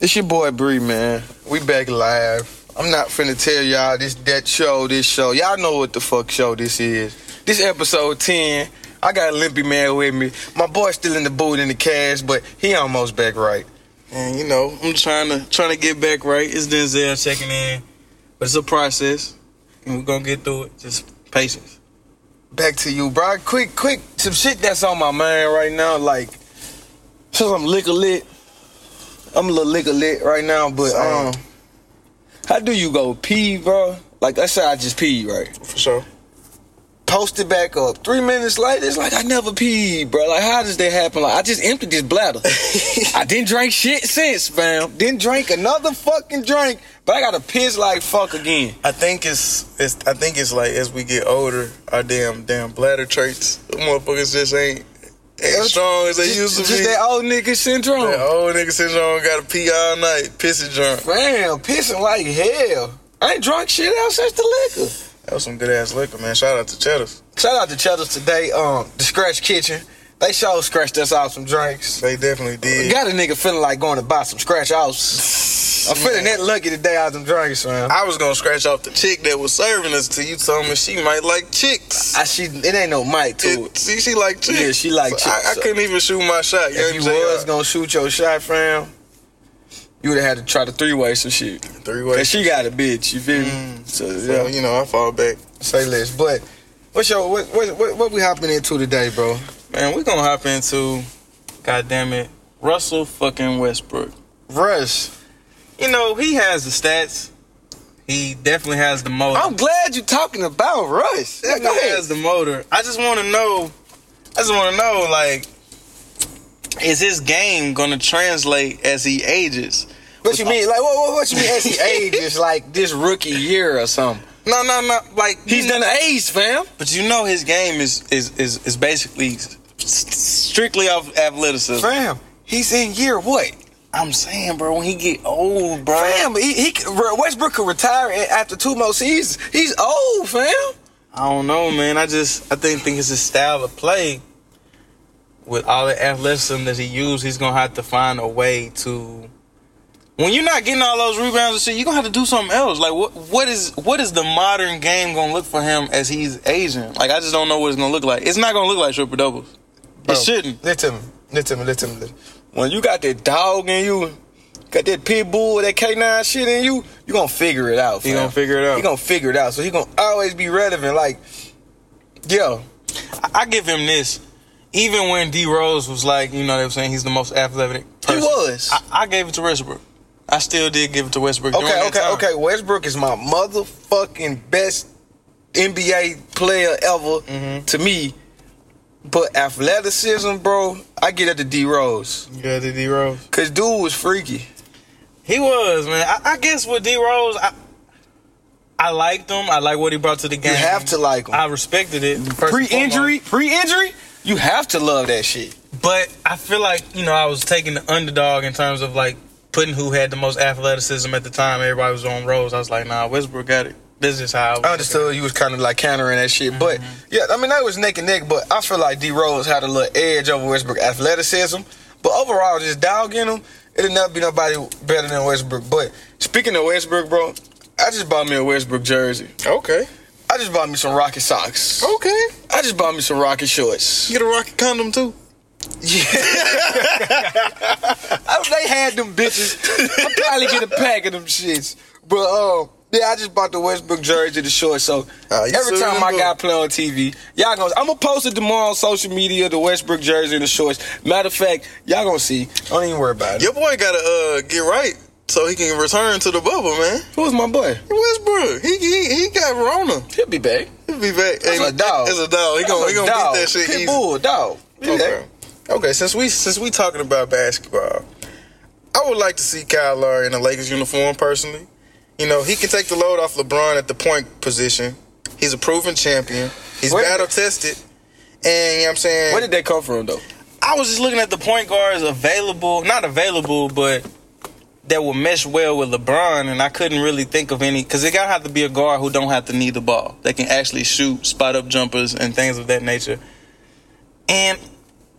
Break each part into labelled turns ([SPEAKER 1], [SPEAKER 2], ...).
[SPEAKER 1] It's your boy Bree, man. We back live. I'm not finna tell y'all this that show, this show. Y'all know what the fuck show this is. This episode 10. I got Limpy Man with me. My boy still in the boot in the cash, but he almost back right.
[SPEAKER 2] And you know, I'm trying to trying to get back right. It's Denzel checking in, but it's a process, and we're gonna get through it. Just patience.
[SPEAKER 1] Back to you, bro. Quick, quick, some shit that's on my mind right now. Like, since I'm liquor lit, I'm a little liquor lit right now. But
[SPEAKER 2] Same.
[SPEAKER 1] um, how do you go pee, bro? Like, let's say I just pee, right?
[SPEAKER 2] For sure.
[SPEAKER 1] post it back up. Three minutes later, it's like I never peed, bro. Like how does that happen? Like I just emptied this bladder. I didn't drink shit since, fam. Didn't drink another fucking drink, but I gotta piss like fuck again.
[SPEAKER 2] I think it's it's. I think it's like as we get older, our damn damn bladder traits, motherfuckers just ain't as strong as they
[SPEAKER 1] just,
[SPEAKER 2] used to
[SPEAKER 1] just
[SPEAKER 2] be.
[SPEAKER 1] that old nigga syndrome.
[SPEAKER 2] That old nigga syndrome got to pee all night, pissy drunk.
[SPEAKER 1] Fam, pissing like hell. I ain't drunk shit out since the liquor.
[SPEAKER 2] That was some good ass liquor, man. Shout out to Cheddar's.
[SPEAKER 1] Shout out to Cheddar's today, um, the Scratch Kitchen. They sure scratched us out some drinks.
[SPEAKER 2] They definitely did.
[SPEAKER 1] Got a nigga feeling like going to buy some scratch outs. I'm feeling that lucky today out some drinks, man.
[SPEAKER 2] I was gonna scratch off the chick that was serving us till you told me she might like chicks.
[SPEAKER 1] I she it ain't no mic to
[SPEAKER 2] It-
[SPEAKER 1] it.
[SPEAKER 2] see, she like chicks.
[SPEAKER 1] Yeah, she like
[SPEAKER 2] So I-
[SPEAKER 1] chicks,
[SPEAKER 2] I,
[SPEAKER 1] so-
[SPEAKER 2] couldn't even shoot my shot.
[SPEAKER 1] If you
[SPEAKER 2] young JR.
[SPEAKER 1] was gonna shoot your shot, fam, you would have had to try to three way some shit.
[SPEAKER 2] three
[SPEAKER 1] Cause
[SPEAKER 2] ways.
[SPEAKER 1] she got a bitch, you feel me?
[SPEAKER 2] Mm.
[SPEAKER 1] so
[SPEAKER 2] So,
[SPEAKER 1] yeah,
[SPEAKER 2] you know, I fall back.
[SPEAKER 1] say less. But what's your what what what, what we hopping into today, bro?
[SPEAKER 2] Man, we gonna hop into, God damn it, Russell fucking Westbrook.
[SPEAKER 1] Russ,
[SPEAKER 2] You know he has the stats. He definitely has the motor.
[SPEAKER 1] I'm glad you talking about Russ. Yeah, go
[SPEAKER 2] definitely
[SPEAKER 1] ahead.
[SPEAKER 2] has the motor. I just want to know. I just want to know, like, is his game gonna translate as he ages?
[SPEAKER 1] What you mean? Like what what, what you mean? As he ages, like this rookie year or something.
[SPEAKER 2] No, no, no. Like
[SPEAKER 1] He's done age, fam.
[SPEAKER 2] But you know his game is is is, is basically s- strictly off athleticism.
[SPEAKER 1] Fam, he's in year what?
[SPEAKER 2] I'm saying, bro, when he get old, bro.
[SPEAKER 1] Fam, he, he could- Westbrook could retire after two more seasons. He's old, fam.
[SPEAKER 2] I don't know, man. I just I think think it's his style of play. With all the athleticism that he used, he's gonna have to find a way to. When you're not getting all those rebounds and shit, you're gonna have to do something else. Like what what is what is the modern game gonna look for him as he's Asian? Like I just don't know what it's gonna look like. It's not gonna look like triple doubles.
[SPEAKER 1] Bro,
[SPEAKER 2] It shouldn't.
[SPEAKER 1] Listen to me. Listen to me. Listen to me. listen. When you got that dog in you, got that pit bull, that K9 shit in you, you gonna figure it out.
[SPEAKER 2] He
[SPEAKER 1] fam.
[SPEAKER 2] gonna figure it out.
[SPEAKER 1] He gonna figure it out. So he gonna always be relevant. Like, yo,
[SPEAKER 2] I give him this. Even when D Rose was like, you know, they were saying he's the most athletic.
[SPEAKER 1] he
[SPEAKER 2] Person,
[SPEAKER 1] was.
[SPEAKER 2] I, I gave it to Westbrook. I still did give it to Westbrook. during
[SPEAKER 1] okay,
[SPEAKER 2] that
[SPEAKER 1] okay,
[SPEAKER 2] time.
[SPEAKER 1] okay. Westbrook is my motherfucking best NBA player ever
[SPEAKER 2] Mm-hmm.
[SPEAKER 1] to me. But athleticism, bro, I get at the D Rose.
[SPEAKER 2] You got the D Rose.
[SPEAKER 1] Cause dude was freaky.
[SPEAKER 2] He was man. I, I guess with D Rose, I, I liked him. I like what he brought to the
[SPEAKER 1] You
[SPEAKER 2] game.
[SPEAKER 1] have to like him.
[SPEAKER 2] I respected it. first and
[SPEAKER 1] pre-injury, pre-injury, you have to love that shit.
[SPEAKER 2] foremost. but I feel like you know I was taking the underdog in terms of like putting who had the most athleticism at the time. Everybody was on Rose. I was like, nah, Westbrook got it. This is how.
[SPEAKER 1] I understood you was kind of like countering that shit, but yeah, I mean that was neck and neck. But I feel like D Rose had a little edge over Westbrook athleticism, but overall, just dog in him, it'll never be nobody better than Westbrook. But speaking of Westbrook, bro, I just bought me a Westbrook jersey.
[SPEAKER 2] Okay.
[SPEAKER 1] I just bought me some Rocket socks.
[SPEAKER 2] Okay.
[SPEAKER 1] I just bought me some Rocket shorts.
[SPEAKER 2] Get a rocket condom too.
[SPEAKER 1] Yeah. I, they had them bitches. I probably get a pack of them shits. But um, yeah, I just bought the Westbrook jersey, the shorts. So
[SPEAKER 2] Ah, you
[SPEAKER 1] every
[SPEAKER 2] silly
[SPEAKER 1] time my
[SPEAKER 2] boy.
[SPEAKER 1] guy play on TV, y'all gonna I'm gonna post it tomorrow on social media, the Westbrook jersey and the shorts. Matter of fact, y'all gonna see. Don't even worry about it.
[SPEAKER 2] Your boy gotta uh, get right so he can return to the bubble, man.
[SPEAKER 1] Who's my boy?
[SPEAKER 2] Westbrook, he he, he got Rona.
[SPEAKER 1] He'll be back.
[SPEAKER 2] He'll be back.
[SPEAKER 1] That's a dog.
[SPEAKER 2] It's a dog. He gonna, he gonna
[SPEAKER 1] Dog.
[SPEAKER 2] beat that shit
[SPEAKER 1] Pit
[SPEAKER 2] easy.
[SPEAKER 1] Bull, dog. He
[SPEAKER 2] Okay.
[SPEAKER 1] back.
[SPEAKER 2] okay, since we since we talking about basketball, I would like to see Kyle Lowry in a Lakers uniform personally. You know, he can take the load off LeBron at the point position. He's a proven champion. He's
[SPEAKER 1] Where did-
[SPEAKER 2] battle tested. And you know what I'm saying?
[SPEAKER 1] Where did they come from though?
[SPEAKER 2] I was just looking at the point guards available, not available, but that would mesh well with LeBron, and I couldn't really think of any because it gotta have to be a guard who don't have to need the ball. They can actually shoot, spot up jumpers, and things of that nature. And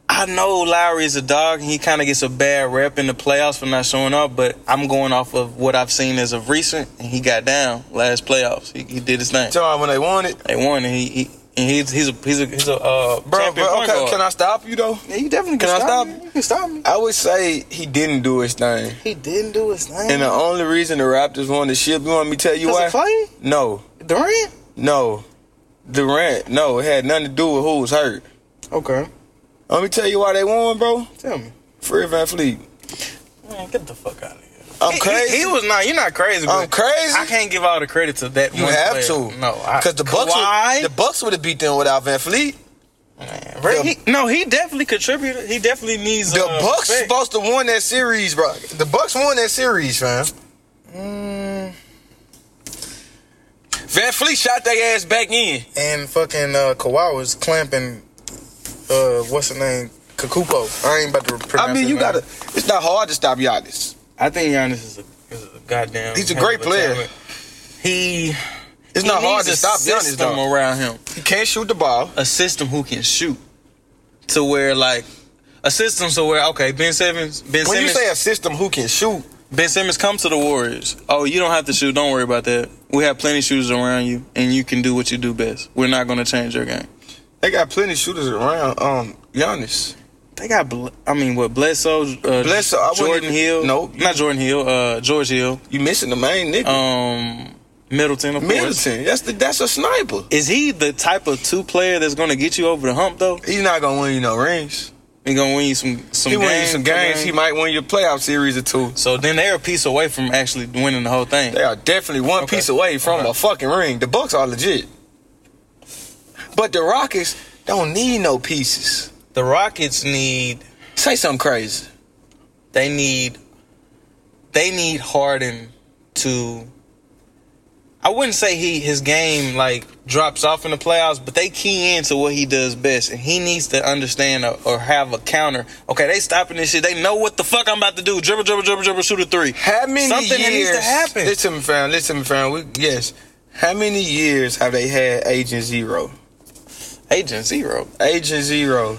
[SPEAKER 2] I know Lowry is a dog and he kind of gets a bad rep in the playoffs for not showing up, but I'm going off of what I've seen as of recent, and he got down last playoffs. He, he did his thing.
[SPEAKER 1] Tell me when they want it.
[SPEAKER 2] They won, and he, he and he's he's a he's a, he's a uh,
[SPEAKER 1] Bro,
[SPEAKER 2] champion
[SPEAKER 1] bro
[SPEAKER 2] point
[SPEAKER 1] okay,
[SPEAKER 2] guard.
[SPEAKER 1] can I stop you though?
[SPEAKER 2] Yeah, you definitely can,
[SPEAKER 1] Can I
[SPEAKER 2] stop.
[SPEAKER 1] stop
[SPEAKER 2] me.
[SPEAKER 1] you?
[SPEAKER 2] You can stop me.
[SPEAKER 1] I would say he didn't do his thing.
[SPEAKER 2] He didn't do his thing.
[SPEAKER 1] And the only reason the Raptors won the ship, you want me to tell you
[SPEAKER 2] was
[SPEAKER 1] why?
[SPEAKER 2] it Clay
[SPEAKER 1] No,
[SPEAKER 2] Durant?
[SPEAKER 1] no. Durant, no. It had nothing to do with who was hurt.
[SPEAKER 2] Okay,
[SPEAKER 1] Let me tell you why they won, bro.
[SPEAKER 2] tell me.
[SPEAKER 1] Free Van Fleet.
[SPEAKER 2] Man, get the fuck out of here.
[SPEAKER 1] I'm
[SPEAKER 2] He-
[SPEAKER 1] crazy.
[SPEAKER 2] He, he was not. You're not crazy.
[SPEAKER 1] I'm
[SPEAKER 2] But
[SPEAKER 1] crazy.
[SPEAKER 2] I can't give all the credit to that.
[SPEAKER 1] You
[SPEAKER 2] one
[SPEAKER 1] have
[SPEAKER 2] player.
[SPEAKER 1] to.
[SPEAKER 2] No,
[SPEAKER 1] Because the Bucks,
[SPEAKER 2] Kawhi,
[SPEAKER 1] would, the Bucks would have beat them without Van Fleet.
[SPEAKER 2] Man, bro,
[SPEAKER 1] the-
[SPEAKER 2] he, no, he definitely contributed. He definitely needs
[SPEAKER 1] The
[SPEAKER 2] uh,
[SPEAKER 1] Bucks
[SPEAKER 2] respect.
[SPEAKER 1] supposed to win that series, bro. The Bucks won that series, fam.
[SPEAKER 2] Mm,
[SPEAKER 1] Van Fleet shot their ass back in.
[SPEAKER 3] And fucking uh, Kawhi was clamping, uh, what's the name? Kakupo. I ain't about to pronounce
[SPEAKER 1] I mean,
[SPEAKER 3] his
[SPEAKER 1] you
[SPEAKER 3] name.
[SPEAKER 1] gotta. It's not hard to stop Giannis.
[SPEAKER 2] I think Giannis is a, is a goddamn.
[SPEAKER 1] He's a
[SPEAKER 2] hell
[SPEAKER 1] great
[SPEAKER 2] of
[SPEAKER 1] player.
[SPEAKER 2] talent. He
[SPEAKER 1] It's
[SPEAKER 2] he
[SPEAKER 1] not hard
[SPEAKER 2] needs
[SPEAKER 1] to
[SPEAKER 2] a
[SPEAKER 1] stop Giannis,
[SPEAKER 2] system
[SPEAKER 1] though.
[SPEAKER 2] around him.
[SPEAKER 1] He can't shoot the ball.
[SPEAKER 2] a system who can shoot to where like a system to where okay Ben Simmons Ben
[SPEAKER 1] When you
[SPEAKER 2] Simmons
[SPEAKER 1] say a system who can shoot,
[SPEAKER 2] Ben Simmons come to the Warriors. Oh, you don't have to shoot. Don't worry about that. We have plenty of shooters around you, and you can do what you do best. We're not going to change your game.
[SPEAKER 1] they got plenty of shooters around. Um, Giannis.
[SPEAKER 2] They got, Bl- I mean, what Bledsoe, uh,
[SPEAKER 1] Bledsoe, I wouldn't
[SPEAKER 2] Jordan
[SPEAKER 1] even-
[SPEAKER 2] Hill,
[SPEAKER 1] Nope.
[SPEAKER 2] not Jordan Hill, uh, George Hill,
[SPEAKER 1] You missing the main nigga.
[SPEAKER 2] um, Middleton, of course.
[SPEAKER 1] Middleton. That's the that's a sniper.
[SPEAKER 2] Is he the type of two player that's going to get you over the hump though?
[SPEAKER 1] He's not gonna win you no rings.
[SPEAKER 2] He going to win you some some
[SPEAKER 1] he
[SPEAKER 2] games.
[SPEAKER 1] win you some games. He might win you a playoff series or two.
[SPEAKER 2] So then they're a piece away from actually winning the whole thing.
[SPEAKER 1] They are definitely one
[SPEAKER 2] Okay.
[SPEAKER 1] piece away from
[SPEAKER 2] Okay.
[SPEAKER 1] a fucking ring. The Bucks are legit. But the Rockets don't need no pieces.
[SPEAKER 2] The Rockets need
[SPEAKER 1] Say something crazy.
[SPEAKER 2] they need they need Harden to I wouldn't say he his game like drops off in the playoffs, but they key into what he does best, and he needs to understand or, or have a counter. Okay, they stopping this shit. They know what the fuck I'm about to do. Dribble, dribble, dribble, dribble, shoot a three.
[SPEAKER 1] How many
[SPEAKER 2] Something
[SPEAKER 1] years
[SPEAKER 2] that needs to happen.
[SPEAKER 1] Listen, to me, fam. Listen, to me, fam. We, yes. How many years have they had Agent Zero?
[SPEAKER 2] Agent zero.
[SPEAKER 1] Agent Zero.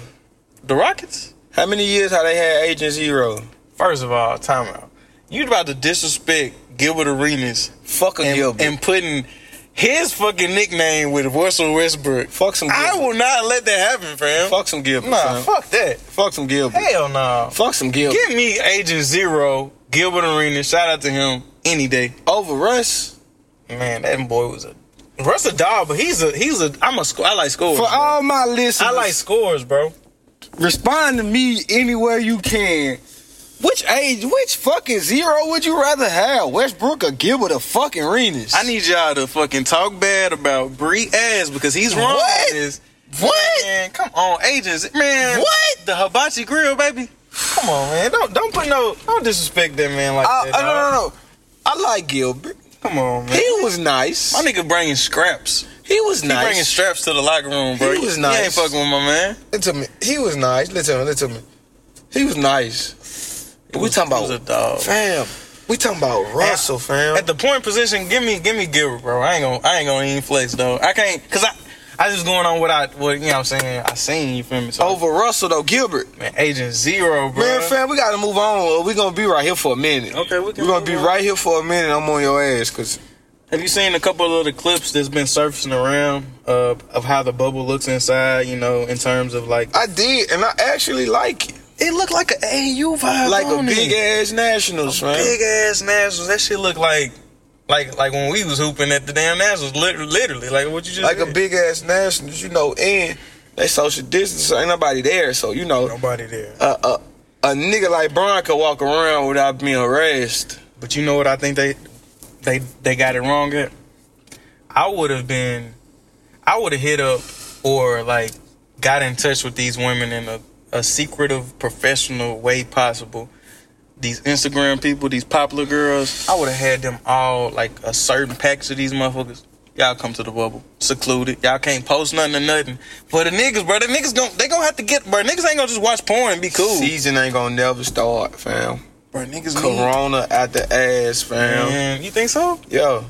[SPEAKER 2] The Rockets.
[SPEAKER 1] How many years have they had Agent Zero?
[SPEAKER 2] First of all, timeout. You about to disrespect Gilbert Arenas
[SPEAKER 1] Fuck a
[SPEAKER 2] and,
[SPEAKER 1] Gilbert.
[SPEAKER 2] and putting his fucking nickname with Russell Westbrook.
[SPEAKER 1] fuck some. Gilbert.
[SPEAKER 2] I will not let that happen, fam.
[SPEAKER 1] Fuck some Gilbert.
[SPEAKER 2] nah,
[SPEAKER 1] fam.
[SPEAKER 2] fuck that.
[SPEAKER 1] Fuck some Gilbert.
[SPEAKER 2] Hell no.
[SPEAKER 1] Fuck some Gilbert.
[SPEAKER 2] Give me Agent Zero, Gilbert Arena. Shout out to him any day.
[SPEAKER 1] Over Russ.
[SPEAKER 2] Man, that boy was a Russ a dog, but he's a he's a I'm a sc- I like scores.
[SPEAKER 1] For
[SPEAKER 2] bro.
[SPEAKER 1] all my listeners,
[SPEAKER 2] I like scores, bro.
[SPEAKER 1] respond to me anywhere you can. Which age, which fucking zero would you rather have? Westbrook or Gilbert or fucking Renis?
[SPEAKER 2] I need y'all to fucking talk bad about Bree ass because he's wrong.
[SPEAKER 1] What?
[SPEAKER 2] in this.
[SPEAKER 1] what?
[SPEAKER 2] Man, come on, agents, man.
[SPEAKER 1] What?
[SPEAKER 2] the hibachi grill, baby? Come on, man. Don't don't put no don't disrespect that man like
[SPEAKER 3] Uh,
[SPEAKER 1] I,
[SPEAKER 2] that.
[SPEAKER 1] I, no, no,
[SPEAKER 2] dog.
[SPEAKER 1] no. I like Gilbert.
[SPEAKER 2] Come on, man.
[SPEAKER 1] He was nice.
[SPEAKER 2] My nigga bringing scraps.
[SPEAKER 1] He was
[SPEAKER 2] He bringing
[SPEAKER 1] nice.
[SPEAKER 2] straps to the locker room, bro.
[SPEAKER 1] He was
[SPEAKER 2] He
[SPEAKER 1] nice.
[SPEAKER 2] ain't fucking with my man.
[SPEAKER 1] Listen to me. He was nice. Listen to me. Listen to me. He was nice. But we talking
[SPEAKER 2] He was
[SPEAKER 1] about
[SPEAKER 2] a dog.
[SPEAKER 1] fam. We talking about Russell, fam.
[SPEAKER 2] At the point position, give me, give me Gilbert, bro. I ain't gonna, I ain't gonna even flex, though. I can't, cause I, I just going on what I, what you know, what I'm saying. I seen you feel me. So,
[SPEAKER 1] Over Russell though, Gilbert.
[SPEAKER 2] man, agent zero, bro.
[SPEAKER 1] Oh. Man, fam, we gotta move on. or We gonna be right here for a minute.
[SPEAKER 2] Okay, we can
[SPEAKER 1] We're gonna
[SPEAKER 2] move
[SPEAKER 1] be
[SPEAKER 2] on.
[SPEAKER 1] right here for a minute. I'm on your ass, cause
[SPEAKER 2] Have you seen a couple of the clips that's been surfacing around uh, of how the bubble looks inside? You know, in terms of like,
[SPEAKER 1] I did, and I actually like it.
[SPEAKER 2] it looked like an AU vibe,
[SPEAKER 1] like a
[SPEAKER 2] don't
[SPEAKER 1] big
[SPEAKER 2] it?
[SPEAKER 1] ass Nationals, man.
[SPEAKER 2] big ass Nationals. That shit look like, like, like when we was hooping at the damn Nationals, literally, literally like what you just
[SPEAKER 1] like a
[SPEAKER 2] said.
[SPEAKER 1] big ass Nationals, you know. And they social distance, so ain't nobody there. So you know,
[SPEAKER 2] Nobody there.
[SPEAKER 1] a a, a nigga like Brian could walk around without being harassed.
[SPEAKER 2] But you know what I think they they they got it wrong at? I would have been I would have hit up or like got in touch with these women in a, a secretive professional way possible. These Instagram people, these popular girls, I would have had them all like a certain package of these motherfuckers. Y'all come to the bubble, secluded. Y'all can't post nothing or nothing. For the niggas, bro, the niggas gon' they gonna have to get, bro. Niggas ain't gonna just watch porn and be cool.
[SPEAKER 1] Season ain't gonna never start, fam.
[SPEAKER 2] bro, niggas need-
[SPEAKER 1] Corona at the ass, fam.
[SPEAKER 2] Man, you think so?
[SPEAKER 1] Yo,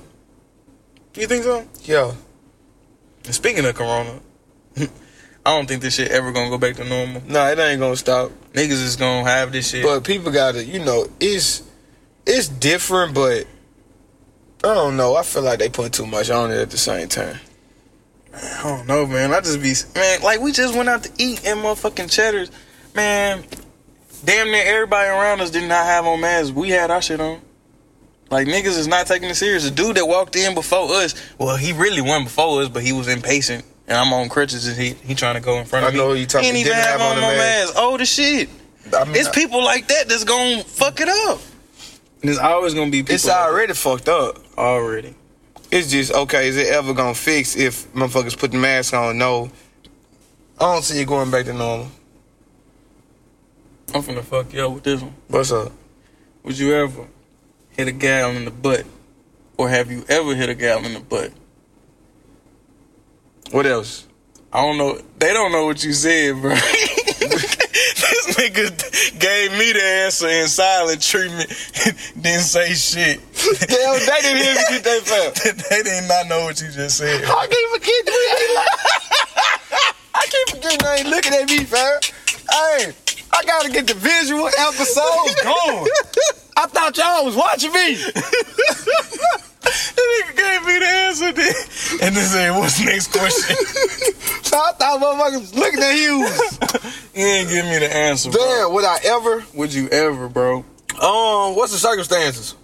[SPEAKER 2] You think so?
[SPEAKER 1] yo.
[SPEAKER 2] And Speaking of Corona, I don't think this shit ever gonna go back to normal.
[SPEAKER 1] No, it ain't gonna stop.
[SPEAKER 2] Niggas is gonna have this shit.
[SPEAKER 1] But people gotta, you know, it's it's different, but I don't know. I feel like they put too much on it at the same time.
[SPEAKER 2] I don't know, man. I just be man, like we just went out to eat and motherfucking cheddars, man. Damn near everybody around us did not have on masks. We had our shit on. Like niggas is not taking it serious. The dude that walked in before us, well, he really went before us, but he was impatient. And I'm on crutches, and he he trying to go in front of
[SPEAKER 3] I
[SPEAKER 2] me.
[SPEAKER 3] know who you talking-
[SPEAKER 2] He didn't even
[SPEAKER 3] didn't
[SPEAKER 2] have,
[SPEAKER 3] have
[SPEAKER 2] on
[SPEAKER 3] on the
[SPEAKER 2] no mask.
[SPEAKER 3] mask.
[SPEAKER 2] Oh, the shit.
[SPEAKER 1] I mean,
[SPEAKER 2] It's people like that that's gonna fuck it up. And it's always gonna be people.
[SPEAKER 1] it's
[SPEAKER 2] like that.
[SPEAKER 1] already fucked up.
[SPEAKER 2] already.
[SPEAKER 1] It's just okay. Is it ever gonna fix if motherfuckers put the mask on? No, I don't see it going back to normal.
[SPEAKER 2] I'm finna fuck you up with this one.
[SPEAKER 1] What's up?
[SPEAKER 2] Would you ever hit a gal in the butt, or have you ever hit a gal in the butt?
[SPEAKER 1] What else?
[SPEAKER 2] I don't know. They don't know what you said, bro. this nigga gave me the answer in silent treatment, didn't say shit.
[SPEAKER 1] Damn, they didn't even get their fail.
[SPEAKER 2] they did not know what you just said.
[SPEAKER 1] I keep forgetting. we ain't like- I keep forgetting they ain't looking at me, fam. Hey, I gotta get the visual episodes going. I thought y'all was watching me.
[SPEAKER 2] That nigga gave me the answer, then. and then said, "What's next question?"
[SPEAKER 1] So I thought motherfuckers was looking at you.
[SPEAKER 2] you ain't give me the answer, bro.
[SPEAKER 1] Damn, would I ever?
[SPEAKER 2] Would you ever, bro?
[SPEAKER 1] Um, what's the circumstances?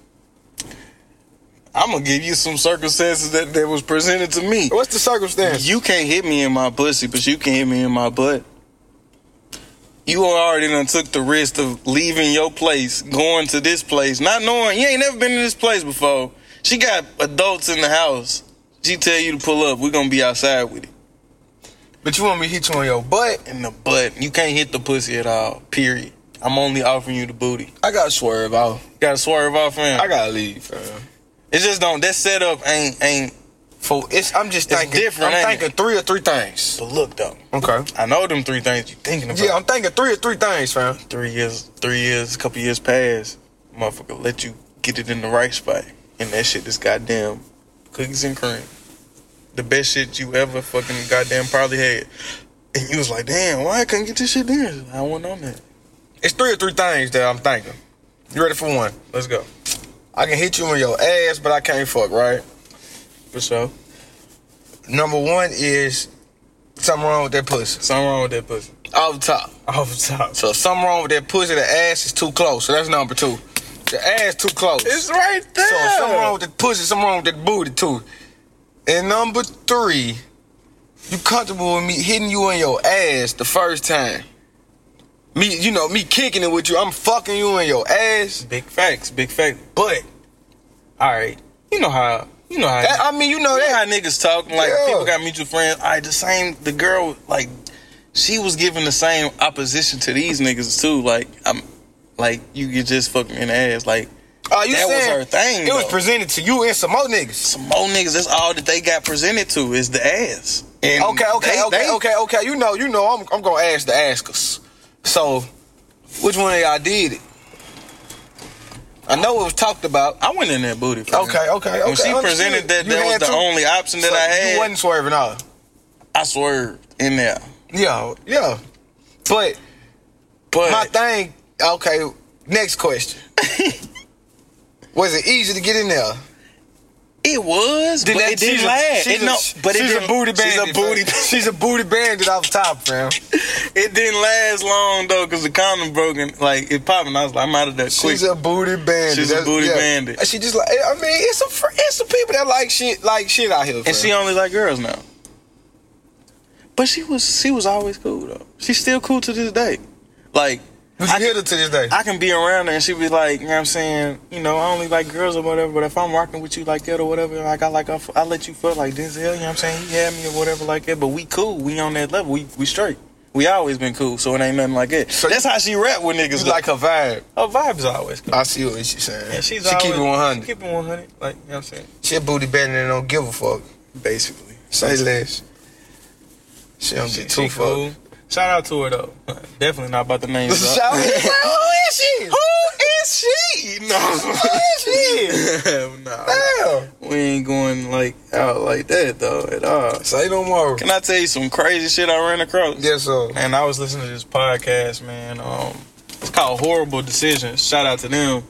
[SPEAKER 2] I'm gonna give you some circumstances that, that was presented to me.
[SPEAKER 1] What's the circumstance?
[SPEAKER 2] You can't hit me in my pussy, but you can hit me in my butt. You already done took the risk of leaving your place, going to this place, not knowing you ain't never been in this place before. She got adults in the house. She tell you to pull up. we gonna be outside with it.
[SPEAKER 1] But you want me to hit you on your butt?
[SPEAKER 2] In the butt. You can't hit the pussy at all. Period. I'm only offering you the booty.
[SPEAKER 1] I gotta swerve out.
[SPEAKER 2] You gotta swerve off him.
[SPEAKER 1] I gotta leave, fam.
[SPEAKER 2] It just don't that setup ain't ain't
[SPEAKER 1] For it's, I'm just
[SPEAKER 2] It's
[SPEAKER 1] thinking.
[SPEAKER 2] different,
[SPEAKER 1] I'm
[SPEAKER 2] ain't
[SPEAKER 1] thinking three or three things.
[SPEAKER 2] but look though.
[SPEAKER 1] Okay.
[SPEAKER 2] I know them three things you thinking about.
[SPEAKER 1] Yeah, I'm thinking three or three things, fam.
[SPEAKER 2] three years, three years, couple years past, motherfucker, let you get it in the right spot, and that shit is goddamn cookies and cream, the best shit you ever fucking goddamn probably had. And you was like, damn, why I couldn't get this shit done? I want on that.
[SPEAKER 1] It's three or three things that I'm thinking. You ready for one?
[SPEAKER 2] Let's go.
[SPEAKER 1] I can hit you on your ass, but I can't fuck, right?
[SPEAKER 2] For sure.
[SPEAKER 1] Number one is something wrong with that pussy.
[SPEAKER 2] Something wrong with that pussy.
[SPEAKER 1] Off the top.
[SPEAKER 2] Off the top.
[SPEAKER 1] So something wrong with that pussy, the ass is too close. So that's number two. The ass too close.
[SPEAKER 2] It's right there.
[SPEAKER 1] so something wrong with that pussy, something wrong with that booty too. And number three, you comfortable with me hitting you on your ass the first time. Me, you know, me kicking it with you. I'm fucking you in your ass.
[SPEAKER 2] big facts. Big facts.
[SPEAKER 1] But
[SPEAKER 2] All right. You know how. You know how.
[SPEAKER 1] that, I mean, you know
[SPEAKER 2] know
[SPEAKER 1] that.
[SPEAKER 2] that how Oh, niggas talk. Like
[SPEAKER 1] Yeah.
[SPEAKER 2] people got mutual friends. I the same. The girl like she was giving the same opposition to these niggas too. Like I'm like you could just fuck me in the ass. Like
[SPEAKER 1] Oh, you
[SPEAKER 2] that was
[SPEAKER 1] saying
[SPEAKER 2] her thing,
[SPEAKER 1] It was
[SPEAKER 2] though.
[SPEAKER 1] presented to you and some more niggas.
[SPEAKER 2] some old niggas. That's all that they got presented to is the ass. And
[SPEAKER 1] Okay, okay,
[SPEAKER 2] they-
[SPEAKER 1] okay,
[SPEAKER 2] they-
[SPEAKER 1] okay, okay. You know, you know, I'm, I'm gonna ask the askers. So, which one of y'all did it? I know it was talked about.
[SPEAKER 2] I went in that booty. For
[SPEAKER 1] Okay,
[SPEAKER 2] her.
[SPEAKER 1] okay, okay.
[SPEAKER 2] When she
[SPEAKER 1] understood.
[SPEAKER 2] presented that,
[SPEAKER 1] You
[SPEAKER 2] that was
[SPEAKER 1] had
[SPEAKER 2] the
[SPEAKER 1] to-
[SPEAKER 2] only option that
[SPEAKER 1] so
[SPEAKER 2] I had.
[SPEAKER 1] You wasn't swerving out.
[SPEAKER 2] I swerved in there,
[SPEAKER 1] Yeah, yeah. But
[SPEAKER 2] but
[SPEAKER 1] my thing. Okay, next question. was it easy to get in there?
[SPEAKER 2] it was. but it didn't
[SPEAKER 1] she's a-
[SPEAKER 2] last.
[SPEAKER 1] she's
[SPEAKER 2] It
[SPEAKER 1] a-
[SPEAKER 2] no, but it
[SPEAKER 1] she's
[SPEAKER 2] didn't,
[SPEAKER 1] a booty
[SPEAKER 2] she's
[SPEAKER 1] bandit.
[SPEAKER 2] a booty.
[SPEAKER 1] fam. She's a booty bandit off top, fam.
[SPEAKER 2] It didn't last long though, cause the condom broke and like it popped, and I was like, I'm out of that quick.
[SPEAKER 1] She's a booty bandit.
[SPEAKER 2] She's a booty bandit.
[SPEAKER 1] She just like I mean, it's some fr- it's some people that like shit like shit out here.
[SPEAKER 2] and
[SPEAKER 1] fam.
[SPEAKER 2] she only like girls now. But she was she was always cool though. She's still cool to this day. Like
[SPEAKER 1] But
[SPEAKER 2] I
[SPEAKER 1] you hit
[SPEAKER 2] can,
[SPEAKER 1] her to this day.
[SPEAKER 2] I can be around her and she be like, you know what I'm saying, you know, I only like girls or whatever, but if I'm rocking with you like that or whatever, like I like I, f- I let you feel like Denzel, you know what I'm saying? He had me or whatever like that, but we cool. We on that level. We we straight. We always been cool, so it ain't nothing like that.
[SPEAKER 1] So
[SPEAKER 2] That's how she rap with
[SPEAKER 1] You
[SPEAKER 2] niggas. Like
[SPEAKER 1] like her vibe.
[SPEAKER 2] her vibes always cool.
[SPEAKER 1] I see what she's saying.
[SPEAKER 2] Yeah, she's
[SPEAKER 1] she
[SPEAKER 2] always,
[SPEAKER 1] keep it one hundred.
[SPEAKER 2] Keep it 100. Like, you know what I'm saying?
[SPEAKER 1] She a booty bandit and don't give a fuck.
[SPEAKER 2] Basically.
[SPEAKER 1] Say less. She don't
[SPEAKER 2] She,
[SPEAKER 1] get too
[SPEAKER 2] she cool.
[SPEAKER 1] fucked.
[SPEAKER 2] Shout out to her, though. Definitely not about the names. though.
[SPEAKER 1] Shout- Who is she?
[SPEAKER 2] Who
[SPEAKER 1] is she?
[SPEAKER 2] No.
[SPEAKER 1] Shit.
[SPEAKER 2] nah,
[SPEAKER 1] Damn.
[SPEAKER 2] we ain't going like out like that though at all.
[SPEAKER 1] Say no more.
[SPEAKER 2] Can I tell you some crazy shit I ran across?
[SPEAKER 1] Yes, sir.
[SPEAKER 2] And I was listening to this podcast, man. Um, it's called Horrible Decisions. Shout out to them.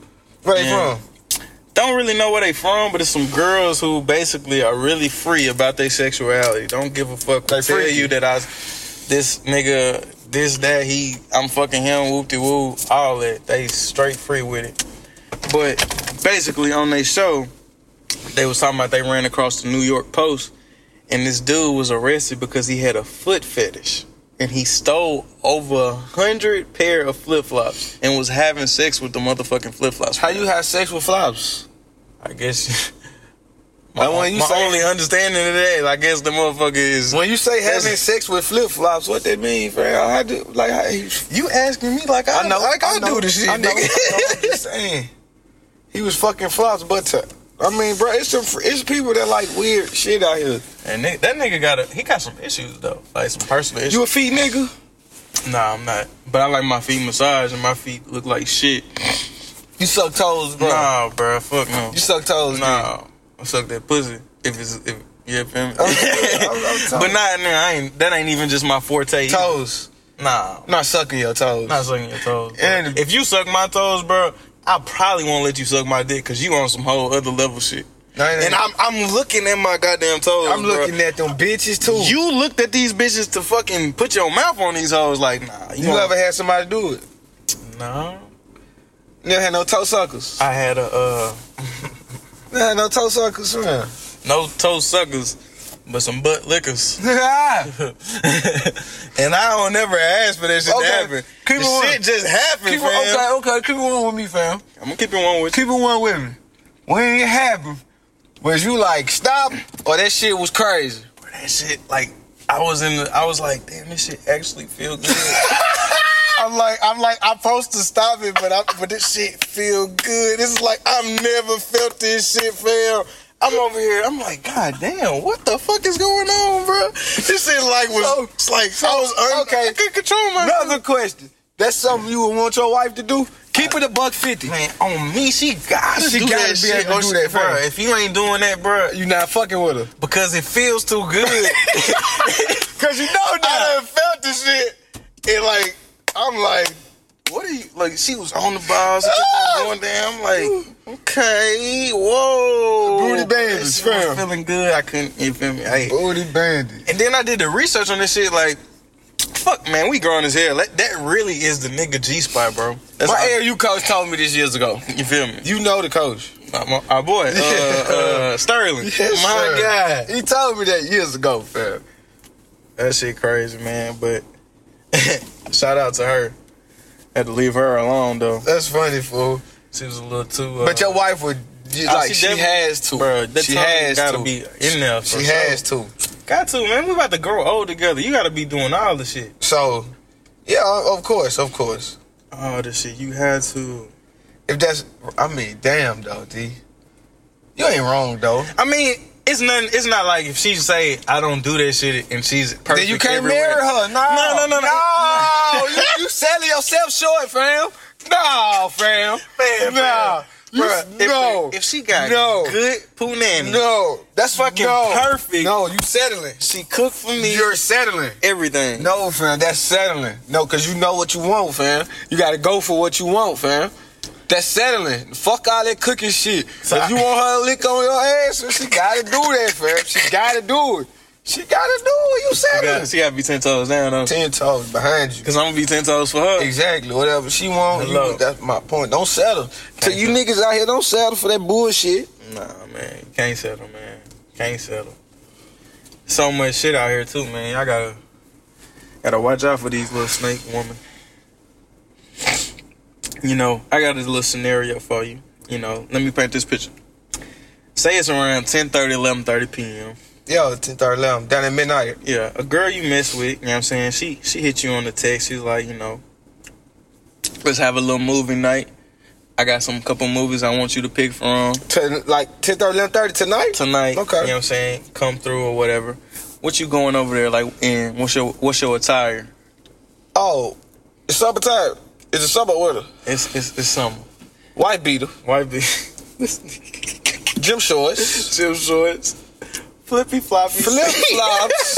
[SPEAKER 1] Where they
[SPEAKER 2] Yeah.
[SPEAKER 1] from?
[SPEAKER 2] Don't really know where they from, but it's some girls who basically are really free about their sexuality. Don't give a fuck.
[SPEAKER 1] They
[SPEAKER 2] They tell
[SPEAKER 1] freaky.
[SPEAKER 2] you that I, this nigga, this that he, I'm fucking him, whoop de woo, all that. They straight free with it. But basically on their show, they was talking about they ran across the New York Post, and this dude was arrested because he had a foot fetish, and he stole over a hundred pair of flip flops and was having sex with the motherfucking flip flops.
[SPEAKER 1] How you have sex with flops?
[SPEAKER 2] I guess my,
[SPEAKER 1] Now, when you
[SPEAKER 2] my
[SPEAKER 1] say-
[SPEAKER 2] only understanding of that is I guess the motherfucker is
[SPEAKER 1] When you say
[SPEAKER 2] That's-
[SPEAKER 1] having sex with flip flops, what that mean, fam? I do like how he
[SPEAKER 2] you asking me like I, know like I, do this shit,
[SPEAKER 1] I know, I know,
[SPEAKER 2] nigga.
[SPEAKER 1] I'm just saying. He was fucking flops, but to, I mean, bro, it's some it's people that like weird shit out here.
[SPEAKER 2] and ni- that nigga got a he got some issues though, like some personal issues.
[SPEAKER 1] You a feet nigga?
[SPEAKER 2] nah, I'm not. But I like my feet massaged and my feet look like shit.
[SPEAKER 1] You suck toes, bro.
[SPEAKER 2] Nah, bruh, fuck no.
[SPEAKER 1] You suck toes, nigga.
[SPEAKER 2] Nah, I suck that pussy if it's if you feel me.
[SPEAKER 1] I'm- I'm talking-
[SPEAKER 2] but nah, nah, I ain't. That ain't even just my forte. either.
[SPEAKER 1] Toes,
[SPEAKER 2] Nah,
[SPEAKER 1] not sucking your toes.
[SPEAKER 2] not sucking your toes. bro.
[SPEAKER 1] And-
[SPEAKER 2] if you suck my toes, bro, I probably won't let you suck my dick because you on some whole other level shit. And
[SPEAKER 1] and I'm,
[SPEAKER 2] I'm I'm looking at my goddamn toes.
[SPEAKER 1] I'm
[SPEAKER 2] bro.
[SPEAKER 1] looking at them bitches too. You,
[SPEAKER 2] You looked at these bitches to fucking put your mouth on these hoes. Like, nah, you,
[SPEAKER 1] ever had somebody do it?
[SPEAKER 2] No,
[SPEAKER 1] Never had no toe suckers.
[SPEAKER 2] I had a uh,
[SPEAKER 1] Never had no toe suckers, man.
[SPEAKER 2] no toe suckers, but some butt lickers.
[SPEAKER 1] okay.
[SPEAKER 2] and I don't ever ask for that shit
[SPEAKER 1] Okay,
[SPEAKER 2] to happen.
[SPEAKER 1] keep
[SPEAKER 2] the
[SPEAKER 1] it one.
[SPEAKER 2] shit just happened,
[SPEAKER 1] Keep it,
[SPEAKER 2] fam.
[SPEAKER 1] okay, okay, keep it one with me, fam.
[SPEAKER 2] I'm gonna keep it one with you.
[SPEAKER 1] Keep it one with me. When it happened, was you like stop or Oh, that shit was crazy?
[SPEAKER 2] That shit, like, I was in. The, I was like, damn, this shit actually feel good.
[SPEAKER 3] I'm like, I'm like, I'm supposed to stop it, but I, but this shit feel good. This is like, I've never felt this shit, fam.
[SPEAKER 2] I'm over here. I'm like, god damn, what the fuck is going on, bro? This shit like was
[SPEAKER 1] So-
[SPEAKER 2] it's like I was un-
[SPEAKER 1] okay.
[SPEAKER 2] I could control my
[SPEAKER 1] Another question. That's something you would want your wife to do? Keep it a buck fifty.
[SPEAKER 2] Man, on me, she got
[SPEAKER 1] She
[SPEAKER 2] do
[SPEAKER 1] gotta
[SPEAKER 2] that
[SPEAKER 1] be
[SPEAKER 2] shit.
[SPEAKER 1] able to
[SPEAKER 2] or
[SPEAKER 1] do
[SPEAKER 2] she-
[SPEAKER 1] that, fam.
[SPEAKER 2] bruh, If you ain't doing that, bro,
[SPEAKER 1] You not fucking with her.
[SPEAKER 2] because it feels too good.
[SPEAKER 1] Cause you know
[SPEAKER 2] I
[SPEAKER 1] that.
[SPEAKER 2] done felt the shit. And like, I'm like, what are you like? She was on the balls, she kept on going down. I'm like, okay, whoa,
[SPEAKER 1] Booty bandits,
[SPEAKER 2] She was
[SPEAKER 1] fam.
[SPEAKER 2] feeling good. I couldn't, you feel me? I,
[SPEAKER 1] Booty bandit.
[SPEAKER 2] and then I did the research on this shit. Like, fuck, man, we grown as hell. That, that really is the nigga G spot, bro. That's
[SPEAKER 1] My
[SPEAKER 2] my
[SPEAKER 1] AU coach told me this years ago.
[SPEAKER 2] You feel me?
[SPEAKER 1] You know the coach.
[SPEAKER 2] Uh, my- Our boy, uh, uh, Sterling.
[SPEAKER 1] Yes,
[SPEAKER 2] my
[SPEAKER 1] sir.
[SPEAKER 2] God.
[SPEAKER 1] He told me that years ago, fam.
[SPEAKER 2] That shit crazy, man. But shout out to her. Had to leave her alone though.
[SPEAKER 1] That's funny, fool.
[SPEAKER 2] She was a little too. Uh,
[SPEAKER 1] But your wife would you-
[SPEAKER 2] Oh,
[SPEAKER 1] like
[SPEAKER 2] she
[SPEAKER 1] she,
[SPEAKER 2] definitely-
[SPEAKER 1] has to.
[SPEAKER 2] bro, that
[SPEAKER 1] she
[SPEAKER 2] tongue
[SPEAKER 1] has
[SPEAKER 2] gotta
[SPEAKER 1] to.
[SPEAKER 2] be in there. For
[SPEAKER 1] she
[SPEAKER 2] sure.
[SPEAKER 1] has to.
[SPEAKER 2] Got to, man. We about to grow old together. You got to be doing all the shit.
[SPEAKER 1] So, yeah, of course, of course.
[SPEAKER 2] All the shit. You had to.
[SPEAKER 1] If that's, I mean, damn though, D. You ain't wrong though.
[SPEAKER 2] I mean, it's nothing. It's not like if she say I don't do that shit and she's perfect.
[SPEAKER 1] Then you can't
[SPEAKER 2] everywhere.
[SPEAKER 1] marry her. No,
[SPEAKER 2] No, no, no, no.
[SPEAKER 1] no. you, you selling yourself short, fam. No, fam.
[SPEAKER 2] Man,
[SPEAKER 1] nah. You,
[SPEAKER 2] Bruh, if,
[SPEAKER 1] no,
[SPEAKER 2] if she got
[SPEAKER 1] No.
[SPEAKER 2] good punani,
[SPEAKER 1] no. That's fucking
[SPEAKER 2] No.
[SPEAKER 1] No, you settling.
[SPEAKER 2] she cooked for me
[SPEAKER 1] You're settling.
[SPEAKER 2] everything.
[SPEAKER 1] No, fam. That's settling. No, cause you know what you want, fam. You gotta go for what you want, fam. That's settling. Fuck all that cooking shit.
[SPEAKER 2] So
[SPEAKER 1] if
[SPEAKER 2] I-
[SPEAKER 1] you want her to lick on your ass, then she gotta do that, fam. She gotta do it. She gotta do it. You
[SPEAKER 2] She
[SPEAKER 1] settling.
[SPEAKER 2] got, she got to be ten toes down though.
[SPEAKER 1] Ten toes behind you.
[SPEAKER 2] Cause I'm gonna be ten toes for her.
[SPEAKER 1] Exactly, whatever she want.
[SPEAKER 2] Hello.
[SPEAKER 1] You, that's my point. Don't settle. To you niggas out here, don't settle for that bullshit.
[SPEAKER 2] Nah, man, you can't settle, man. Can't settle. So much shit out here too, man. Y'all gotta gotta watch out for these little snake women. You know, I got this little scenario for you. You know, let me paint this picture. Say it's around 10 30, 11 p.m.
[SPEAKER 1] Yo, 10 30 11, down at midnight.
[SPEAKER 2] Yeah, a girl you mess with, you know what I'm saying? She she hit you on the text. She's like, you know, let's have a little movie night. I got some couple movies I want you to pick from.
[SPEAKER 1] To, like 10 30 11 30 tonight?
[SPEAKER 2] tonight.
[SPEAKER 1] Okay.
[SPEAKER 2] You know what I'm saying? Come through or whatever. What you going over there like and what's your what's your attire?
[SPEAKER 1] Oh, it's supper time. It's a supper order.
[SPEAKER 2] It's it's, it's summer.
[SPEAKER 1] White beater,
[SPEAKER 2] White be this nigga.
[SPEAKER 1] gym shorts,
[SPEAKER 2] Gym shorts, flippy floppy,
[SPEAKER 1] flip flops,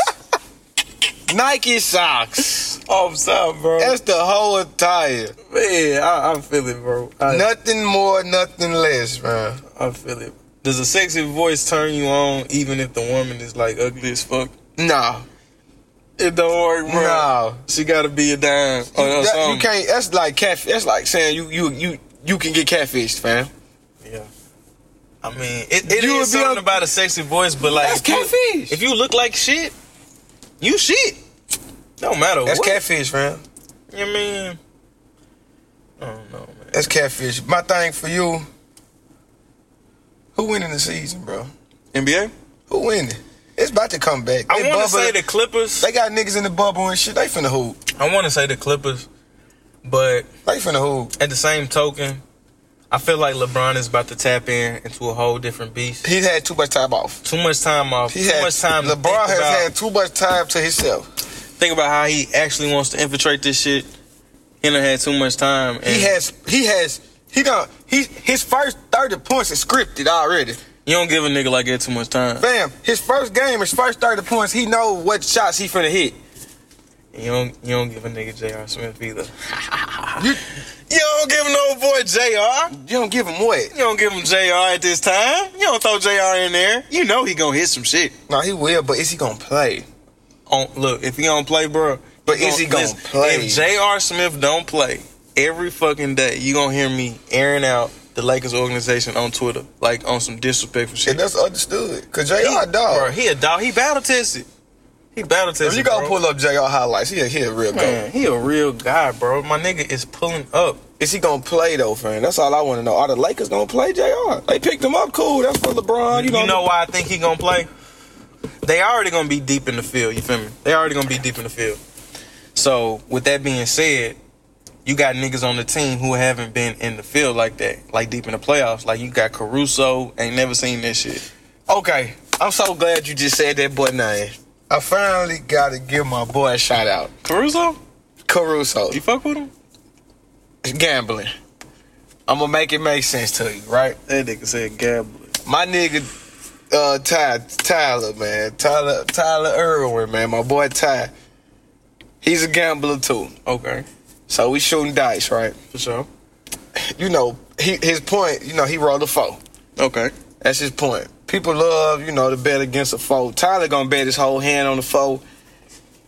[SPEAKER 1] Nike socks.
[SPEAKER 2] Oh, I'm sorry, bro.
[SPEAKER 1] That's the whole attire.
[SPEAKER 2] Man, I, I feel it, bro. I,
[SPEAKER 1] Nothing more, nothing less, man.
[SPEAKER 2] I feel it. Does a sexy voice turn you on even if the woman is like ugly as fuck?
[SPEAKER 1] No,
[SPEAKER 2] It don't work, bro.
[SPEAKER 1] no.
[SPEAKER 2] She gotta be a dime. Oh, Or
[SPEAKER 1] That-
[SPEAKER 2] Oh, something.
[SPEAKER 1] you can't. That's like catfish. That's like saying you you you you can get catfished, fam.
[SPEAKER 2] Yeah. I mean, it, it
[SPEAKER 1] You
[SPEAKER 2] is
[SPEAKER 1] would be
[SPEAKER 2] something
[SPEAKER 1] a-
[SPEAKER 2] about a sexy voice, but like,
[SPEAKER 1] That's
[SPEAKER 2] if you,
[SPEAKER 1] catfish.
[SPEAKER 2] if you look like shit, you shit. No matter
[SPEAKER 1] That's
[SPEAKER 2] what.
[SPEAKER 1] catfish, man.
[SPEAKER 2] You mean? I don't know, man.
[SPEAKER 1] That's catfish. My thing for you. Who winning the season, bro?
[SPEAKER 2] NBA.
[SPEAKER 1] Who winning? It's about to come back.
[SPEAKER 2] I
[SPEAKER 1] They
[SPEAKER 2] want to
[SPEAKER 1] bubble-
[SPEAKER 2] say the Clippers.
[SPEAKER 1] they got niggas in the bubble and shit. They finna hoop.
[SPEAKER 2] I want to say the Clippers, but
[SPEAKER 1] They finna hoop.
[SPEAKER 2] at the same token, I feel like LeBron is about to tap in into a whole different beast.
[SPEAKER 1] He's had too much time off.
[SPEAKER 2] Too much time off.
[SPEAKER 1] He
[SPEAKER 2] too
[SPEAKER 1] had
[SPEAKER 2] much time. to
[SPEAKER 1] LeBron
[SPEAKER 2] think
[SPEAKER 1] has
[SPEAKER 2] about-
[SPEAKER 1] had too much time to himself.
[SPEAKER 2] think about how he actually wants to infiltrate this shit. He done had too much time. And
[SPEAKER 1] He has. He has. He done. He his first thirty points is scripted already.
[SPEAKER 2] You don't give a nigga like that too much time.
[SPEAKER 1] Bam. His first game, his first thirty points. He know what shots he finna hit.
[SPEAKER 2] You don't you don't give a nigga J.R. Smith either.
[SPEAKER 1] You,
[SPEAKER 2] You don't give no boy J.R.
[SPEAKER 1] you don't give him what?
[SPEAKER 2] You don't give him J.R. at this time. You don't throw J.R. in there. You know he gonna hit some shit.
[SPEAKER 1] No, he will, but is he gonna play?
[SPEAKER 2] On look, if he don't play, bro.
[SPEAKER 1] But is he gonna play?
[SPEAKER 2] If J.R. Smith don't play every fucking day, you gonna hear me airing out the Lakers organization on Twitter, like on some disrespectful shit.
[SPEAKER 1] And that's understood. Cause Jr.
[SPEAKER 2] he, Bro,
[SPEAKER 1] dog.
[SPEAKER 2] he a dog. He battle tested. He battle tested.
[SPEAKER 1] If you gonna
[SPEAKER 2] bro.
[SPEAKER 1] pull up Jr. highlights, he a, he a real go.
[SPEAKER 2] Man, he a real guy, bro. My nigga is pulling up.
[SPEAKER 1] Is he gonna play though, friend? That's all I want to know. Are the Lakers gonna play Jr.? They picked him up, cool. That's for LeBron.
[SPEAKER 2] You,
[SPEAKER 1] You know,
[SPEAKER 2] know why I think he gonna play? They already gonna be deep in the field. You feel me? They already gonna be deep in the field. So with that being said, you got niggas on the team who haven't been in the field like that, like deep in the playoffs. Like you got Caruso, ain't never seen this shit.
[SPEAKER 1] Okay, I'm so glad you just said that boy name. I finally gotta give my boy a shout out,
[SPEAKER 2] Caruso,
[SPEAKER 1] Caruso.
[SPEAKER 2] you fuck with him?
[SPEAKER 1] Gambling. I'm gonna make it make sense to you, right?
[SPEAKER 2] That nigga said gambling.
[SPEAKER 1] My nigga, uh, Ty, Tyler, man, Tyler, Tyler Irwin, man, my boy Ty. He's a gambler too.
[SPEAKER 2] Okay,
[SPEAKER 1] So we shooting dice, right?
[SPEAKER 2] for sure.
[SPEAKER 1] You know, he, his point. You know, he rolled a four.
[SPEAKER 2] Okay,
[SPEAKER 1] That's his point. People love, you know, to bet against a foe. Tyler gonna bet his whole hand on the foe,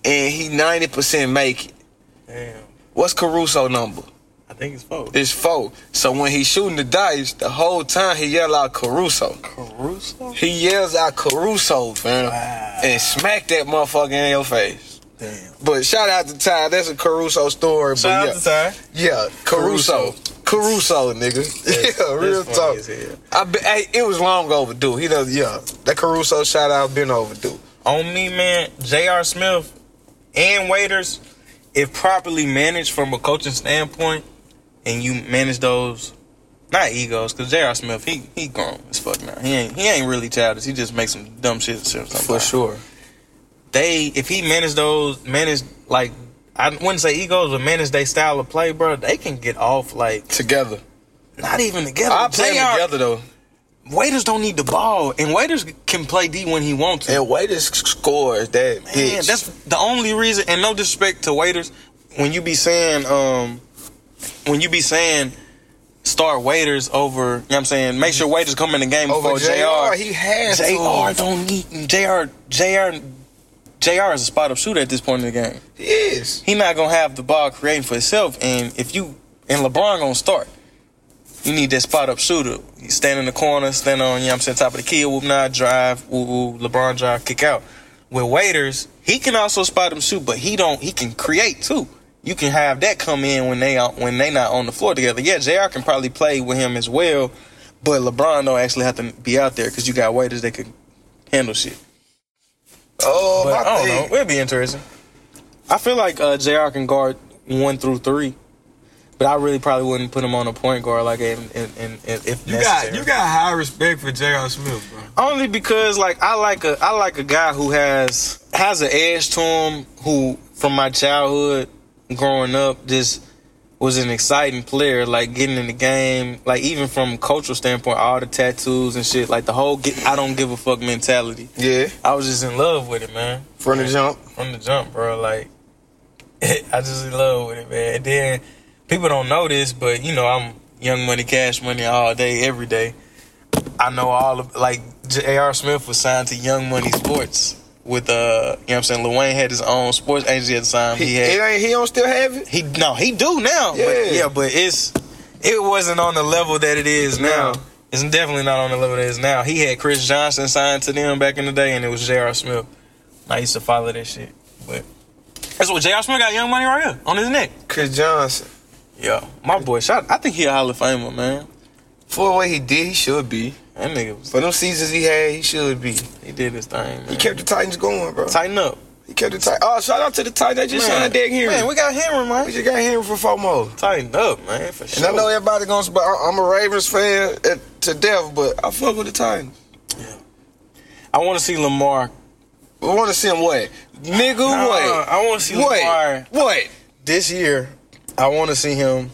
[SPEAKER 1] and he ninety percent make it.
[SPEAKER 2] damn.
[SPEAKER 1] What's Caruso number?
[SPEAKER 2] I think it's four.
[SPEAKER 1] It's four. So when he's shooting the dice, the whole time he yell out Caruso.
[SPEAKER 2] Caruso.
[SPEAKER 1] He yells out Caruso, fam,
[SPEAKER 2] Wow.
[SPEAKER 1] and smack that motherfucker in your face.
[SPEAKER 2] Damn.
[SPEAKER 1] But shout out to Ty. That's a Caruso story.
[SPEAKER 2] Shout out
[SPEAKER 1] but
[SPEAKER 2] to Ty.
[SPEAKER 1] yeah, yeah, Caruso. Caruso, nigga. yeah, real
[SPEAKER 2] That's
[SPEAKER 1] talk.
[SPEAKER 2] funny as hell.
[SPEAKER 1] I be, hey, it was long overdue. He does, yeah. That Caruso shout out been overdue.
[SPEAKER 2] on me, man, J.R. Smith and waiters, if properly managed from a coaching standpoint, and you manage those not egos, because J.R. Smith, he he grown as fuck now. He ain't he ain't really childish. He just makes some dumb shit sometimes.
[SPEAKER 1] sure.
[SPEAKER 2] They if he managed those manage like I wouldn't say egos, but manage they style of play, bro. They can get off like
[SPEAKER 1] Together.
[SPEAKER 2] not even together.
[SPEAKER 1] I play
[SPEAKER 2] J.R.
[SPEAKER 1] together though.
[SPEAKER 2] Waiters don't need the ball, and waiters can play D when he wants to.
[SPEAKER 1] And waiters scores that
[SPEAKER 2] Yeah,
[SPEAKER 1] bitch.
[SPEAKER 2] that's the only reason. And no disrespect to waiters, when you be saying, um, when you be saying, start waiters over. You know what I'm saying, make sure waiters come in the game
[SPEAKER 1] over
[SPEAKER 2] before
[SPEAKER 1] Jr.
[SPEAKER 2] Jr.
[SPEAKER 1] He has
[SPEAKER 2] Jr.
[SPEAKER 1] to.
[SPEAKER 2] don't need Jr. Jr. Jr. is a spot up shooter at this point in the game.
[SPEAKER 1] He is.
[SPEAKER 2] He not gonna have the ball creating for himself, and if you and LeBron gonna start. You need that spot up shooter. You stand in the corner, stand on, you know what I'm saying, top of the key, whoop not drive, whoop, whoop, LeBron drive, kick out. With waiters, he can also spot them shoot, but he don't he can create too. You can have that come in when they out when they not on the floor together. Yeah, JR can probably play with him as well, but LeBron don't actually have to be out there because you got waiters that can handle shit.
[SPEAKER 1] Oh,
[SPEAKER 2] But
[SPEAKER 1] my
[SPEAKER 2] I don't
[SPEAKER 1] thing.
[SPEAKER 2] know. It'll be interesting. I feel like uh, Jr. can guard one through three, but I really probably wouldn't put him on a point guard like in, in, in, in- if
[SPEAKER 4] You
[SPEAKER 2] necessary.
[SPEAKER 4] got you got high respect for J.R. Smith, bro.
[SPEAKER 2] Only because like I like a I like a guy who has has an edge to him who from my childhood growing up just was an exciting player, like getting in the game, like even from a cultural standpoint, all the tattoos and shit, like the whole get I don't give a fuck mentality.
[SPEAKER 1] Yeah,
[SPEAKER 2] I was just in love with it, man.
[SPEAKER 1] from the jump.
[SPEAKER 2] From the jump, bro. Like I just in love with it, man. And then people don't know this, but you know, I'm young money, cash money all day, every day. I know all of like J.R. Smith was signed to Young Money Sports with uh you know what I'm saying, Lil Wayne had his own sports agency at the time.
[SPEAKER 1] He,
[SPEAKER 2] He had
[SPEAKER 1] it ain't, he don't still have it.
[SPEAKER 2] he no, he do now. Yeah.
[SPEAKER 1] Yeah.
[SPEAKER 2] But, yeah, but it's it wasn't on the level that it is now.
[SPEAKER 1] No.
[SPEAKER 2] It's definitely not on the level that it is now. He had Chris Johnson signed to them back in the day, and it was J.R. Smith. I used to follow that shit, but that's what J.R. Smith got Young Money right here on his neck.
[SPEAKER 1] Chris Johnson.
[SPEAKER 2] Yeah, my boy, shot. I think he a Hall of Famer, man.
[SPEAKER 1] For what he did, he should be.
[SPEAKER 2] That nigga, was,
[SPEAKER 1] For them seasons he had, he should be.
[SPEAKER 2] he did his thing.
[SPEAKER 1] He
[SPEAKER 2] Man.
[SPEAKER 1] kept the Titans going, bro.
[SPEAKER 2] Tighten up,
[SPEAKER 1] He kept the Titans. Oh, shout out to the Titans. They just signed Derek Henry.
[SPEAKER 2] Man, we got Henry,
[SPEAKER 1] we
[SPEAKER 2] man.
[SPEAKER 1] just got Henry for four more.
[SPEAKER 2] Tighten up, man, for
[SPEAKER 1] And
[SPEAKER 2] sure.
[SPEAKER 1] I know everybody gonna. But I'm a Ravens fan uh, to death, but I fuck with the Titans.
[SPEAKER 2] I want to see Lamar.
[SPEAKER 1] We want to see him what, nigga?
[SPEAKER 2] Nah,
[SPEAKER 1] what?
[SPEAKER 2] I want to see Lamar.
[SPEAKER 1] What? What?
[SPEAKER 2] this year, I want to see him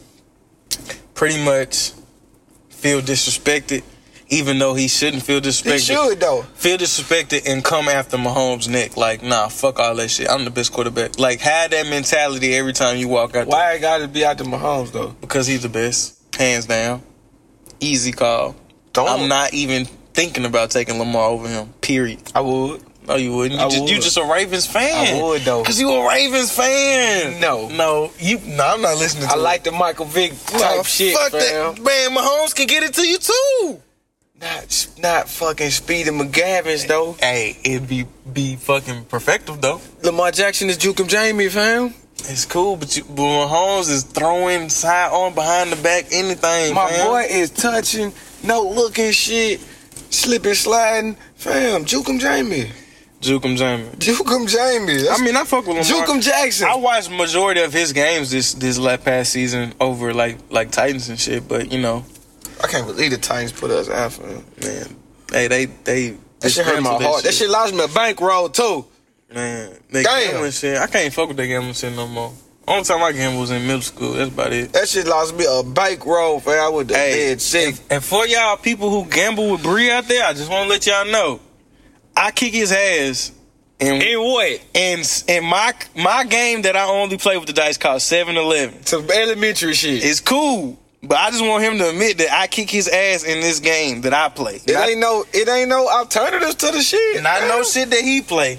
[SPEAKER 2] pretty much feel disrespected, even though he shouldn't feel
[SPEAKER 1] He
[SPEAKER 2] disrespected.
[SPEAKER 1] should though.
[SPEAKER 2] Feel disrespected and come after Mahomes' neck. Like, nah, fuck all that shit. I'm the best quarterback. Like, have that mentality every time you walk out. there.
[SPEAKER 1] Why it gotta be out to Mahomes though?
[SPEAKER 2] Because he's the best, hands down. Easy call.
[SPEAKER 1] Don't.
[SPEAKER 2] I'm not even thinking about taking Lamar over him. Period.
[SPEAKER 1] I would.
[SPEAKER 2] No, you wouldn't. You,
[SPEAKER 1] I
[SPEAKER 2] just, you
[SPEAKER 1] would.
[SPEAKER 2] just a Ravens fan.
[SPEAKER 1] I would, though.
[SPEAKER 2] Cause you a Ravens fan.
[SPEAKER 1] No.
[SPEAKER 2] no, you. No, I'm not listening. to
[SPEAKER 1] I
[SPEAKER 2] it.
[SPEAKER 1] like the Michael Vick type
[SPEAKER 2] Nah,
[SPEAKER 1] shit,
[SPEAKER 2] fuck
[SPEAKER 1] fam.
[SPEAKER 2] that, man. Mahomes can get it to you too.
[SPEAKER 1] Not, not fucking Speedy McGavins though.
[SPEAKER 2] Hey, it'd be be fucking perfective though.
[SPEAKER 1] Lamar Jackson is Jukem Jamie, fam.
[SPEAKER 2] It's cool, but you, but Mahomes is throwing side on behind the back anything.
[SPEAKER 1] My
[SPEAKER 2] fam.
[SPEAKER 1] boy is touching, no looking shit, slipping, sliding, fam. Jukem Jamie.
[SPEAKER 2] Jukem Jamie.
[SPEAKER 1] Jukem Jamie.
[SPEAKER 2] I mean, I fuck with Lamar.
[SPEAKER 1] Jukem Jackson.
[SPEAKER 2] I watched majority of his games this this last past season over like like Titans and shit. But you know,
[SPEAKER 1] I can't believe the Titans put us out, fam.
[SPEAKER 2] man, hey, they they
[SPEAKER 1] That shit hurt my
[SPEAKER 2] dismantled
[SPEAKER 1] heart. That shit lost me a bankroll too.
[SPEAKER 2] Man, that
[SPEAKER 1] Damn.
[SPEAKER 2] gambling shit. I can't fuck with that gambling shit no more. Only time I gambled was in middle school. That's about it.
[SPEAKER 1] That shit lost me a bankroll, fam. I would have
[SPEAKER 2] Hey,
[SPEAKER 1] dead sick.
[SPEAKER 2] And for y'all people who gamble with Bree out there, I just want to let y'all know, I kick his ass. And in what? And and my my game that I only play with the dice called 7-Eleven.
[SPEAKER 1] Some elementary shit.
[SPEAKER 2] It's cool, but I just want him to admit that I kick his ass in this game that I play.
[SPEAKER 1] It
[SPEAKER 2] Not-
[SPEAKER 1] ain't no, it ain't no alternatives to the shit.
[SPEAKER 2] And I know shit that he play.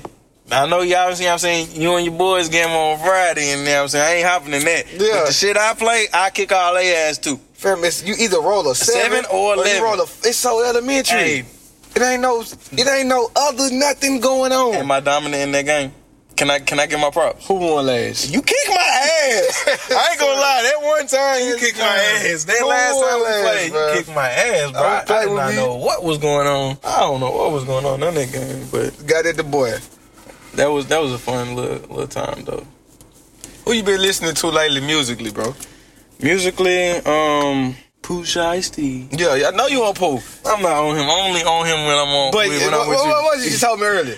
[SPEAKER 2] I know y'all see what I'm saying you and your boys game on Friday and you know what I'm saying I ain't hopping in that.
[SPEAKER 1] Yeah.
[SPEAKER 2] But the shit I play, I kick all their ass too.
[SPEAKER 1] Fam, it's, you either roll a seven,
[SPEAKER 2] Seven or
[SPEAKER 1] you
[SPEAKER 2] 11.
[SPEAKER 1] roll a, it's so elementary.
[SPEAKER 2] Hey,
[SPEAKER 1] It ain't no, it ain't no other nothing going on.
[SPEAKER 2] am I dominant in that game? Can I can I get my props?
[SPEAKER 1] Who won last?
[SPEAKER 2] You kick my ass. I ain't gonna lie. That one time you kicked my ass. That last time
[SPEAKER 1] Ass,
[SPEAKER 2] we played,
[SPEAKER 1] bruh.
[SPEAKER 2] you kicked my ass, bro.
[SPEAKER 1] I
[SPEAKER 2] I,
[SPEAKER 1] don't play
[SPEAKER 2] I did
[SPEAKER 1] with
[SPEAKER 2] not
[SPEAKER 1] me.
[SPEAKER 2] know what was going on. I don't know what was going on in that game, but
[SPEAKER 1] Got it, the boy.
[SPEAKER 2] that was that was a fun little little time though.
[SPEAKER 1] Who you been listening to lately musically, bro?
[SPEAKER 2] Musically, um, Pusha Ice T.
[SPEAKER 1] Yeah, yeah, I know you on pool,
[SPEAKER 2] I'm not on him. I'm only on him when I'm on.
[SPEAKER 1] but
[SPEAKER 2] when,
[SPEAKER 1] what,
[SPEAKER 2] when I'm
[SPEAKER 1] what,
[SPEAKER 2] with you.
[SPEAKER 1] what was you just told me earlier?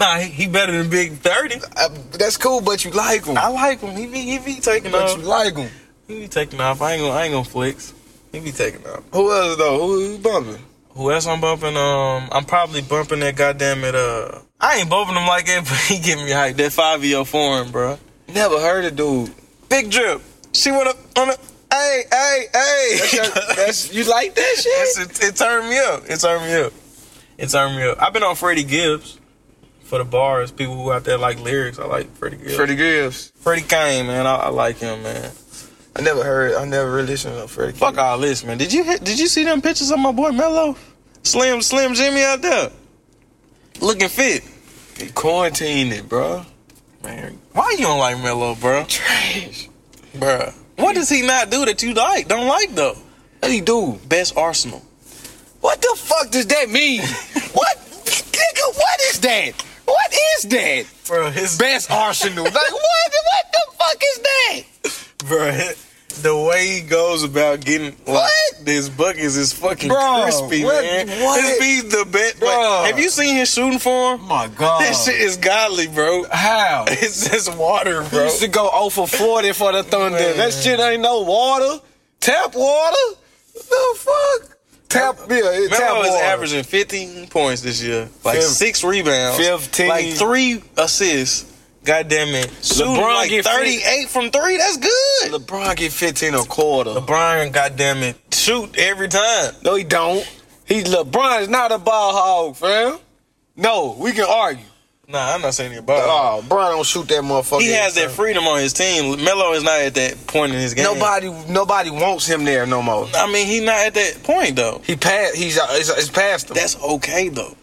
[SPEAKER 2] Nah, he, he better than Big Thirty.
[SPEAKER 1] I, that's cool, but you like him.
[SPEAKER 2] I like him. He be he be taking
[SPEAKER 1] But
[SPEAKER 2] off.
[SPEAKER 1] you like him.
[SPEAKER 2] He be taking off. I ain't gonna I ain't gonna flex. He be taking off.
[SPEAKER 1] Who else though? Who you bumping?
[SPEAKER 2] Who else I'm bumping? Um, I'm probably bumping that goddamn it. Uh, I ain't bumping him like that, but he giving me hype. That five year form, bro.
[SPEAKER 1] Never heard of dude.
[SPEAKER 2] Big drip. She went up on a. Hey, hey, hey.
[SPEAKER 1] That's, your, that's you like that shit?
[SPEAKER 2] It's- it, it turned me up. It turned me up. It turned me up. I've been on Freddie Gibbs for the bars. People who out there like lyrics, I like Freddie Gibbs. Freddie,
[SPEAKER 1] Freddie Gibbs.
[SPEAKER 2] Kane, man, I, I like him, man.
[SPEAKER 1] I never heard. I never really listened to Freddie.
[SPEAKER 2] Fuck all this, man. Did you hit, did you see them pictures of my boy Mello, Slim Slim Jimmy out there, looking fit?
[SPEAKER 1] Gibbs. Quarantine it, bro.
[SPEAKER 2] Man, why you don't like Mello, bro?
[SPEAKER 1] Trash.
[SPEAKER 2] Bruh. What does he not do that you like? Don't like though.
[SPEAKER 1] What he do?
[SPEAKER 2] Best Arsenal.
[SPEAKER 1] What the fuck does that mean? what, nigga? What is that? What is that?
[SPEAKER 2] Bro, his
[SPEAKER 1] Best Arsenal. like what? What the fuck is that?
[SPEAKER 2] bro, the way he goes about getting like,
[SPEAKER 1] What?
[SPEAKER 2] his buckets is fucking
[SPEAKER 1] Bro,
[SPEAKER 2] crispy,
[SPEAKER 1] what-
[SPEAKER 2] man.
[SPEAKER 1] what?
[SPEAKER 2] This be the best.
[SPEAKER 1] Bro.
[SPEAKER 2] Like, have you seen his shooting
[SPEAKER 4] Oh
[SPEAKER 2] form?
[SPEAKER 4] my god.
[SPEAKER 2] This shit is godly, bro.
[SPEAKER 4] How?
[SPEAKER 2] It's just water, bro.
[SPEAKER 1] used to go 0 for 40 for the Thunder. That shit ain't no water. Tap water? The fuck? Tap, yeah, it- tap
[SPEAKER 2] Melo is
[SPEAKER 1] water.
[SPEAKER 2] averaging 15 points this year, like
[SPEAKER 1] Fif-
[SPEAKER 2] six rebounds,
[SPEAKER 1] 15.
[SPEAKER 2] like three assists. God damn it! Shooting
[SPEAKER 1] LeBron
[SPEAKER 2] like
[SPEAKER 1] get
[SPEAKER 2] 38 from three. That's good.
[SPEAKER 1] LeBron get 15 a quarter.
[SPEAKER 2] LeBron, God damn it, shoot every time.
[SPEAKER 1] no, he don't. He's LeBron is not a ball hog, fam. No, we can argue.
[SPEAKER 2] Nah, I'm not saying about.
[SPEAKER 1] Oh, Brian don't shoot that motherfucker.
[SPEAKER 2] He has that freedom on his team. Melo is not at that point in his game.
[SPEAKER 1] Nobody, nobody wants him there no more.
[SPEAKER 2] I mean, he's not at that point though.
[SPEAKER 1] He passed. He's uh, it's, it's past him.
[SPEAKER 2] That's okay though.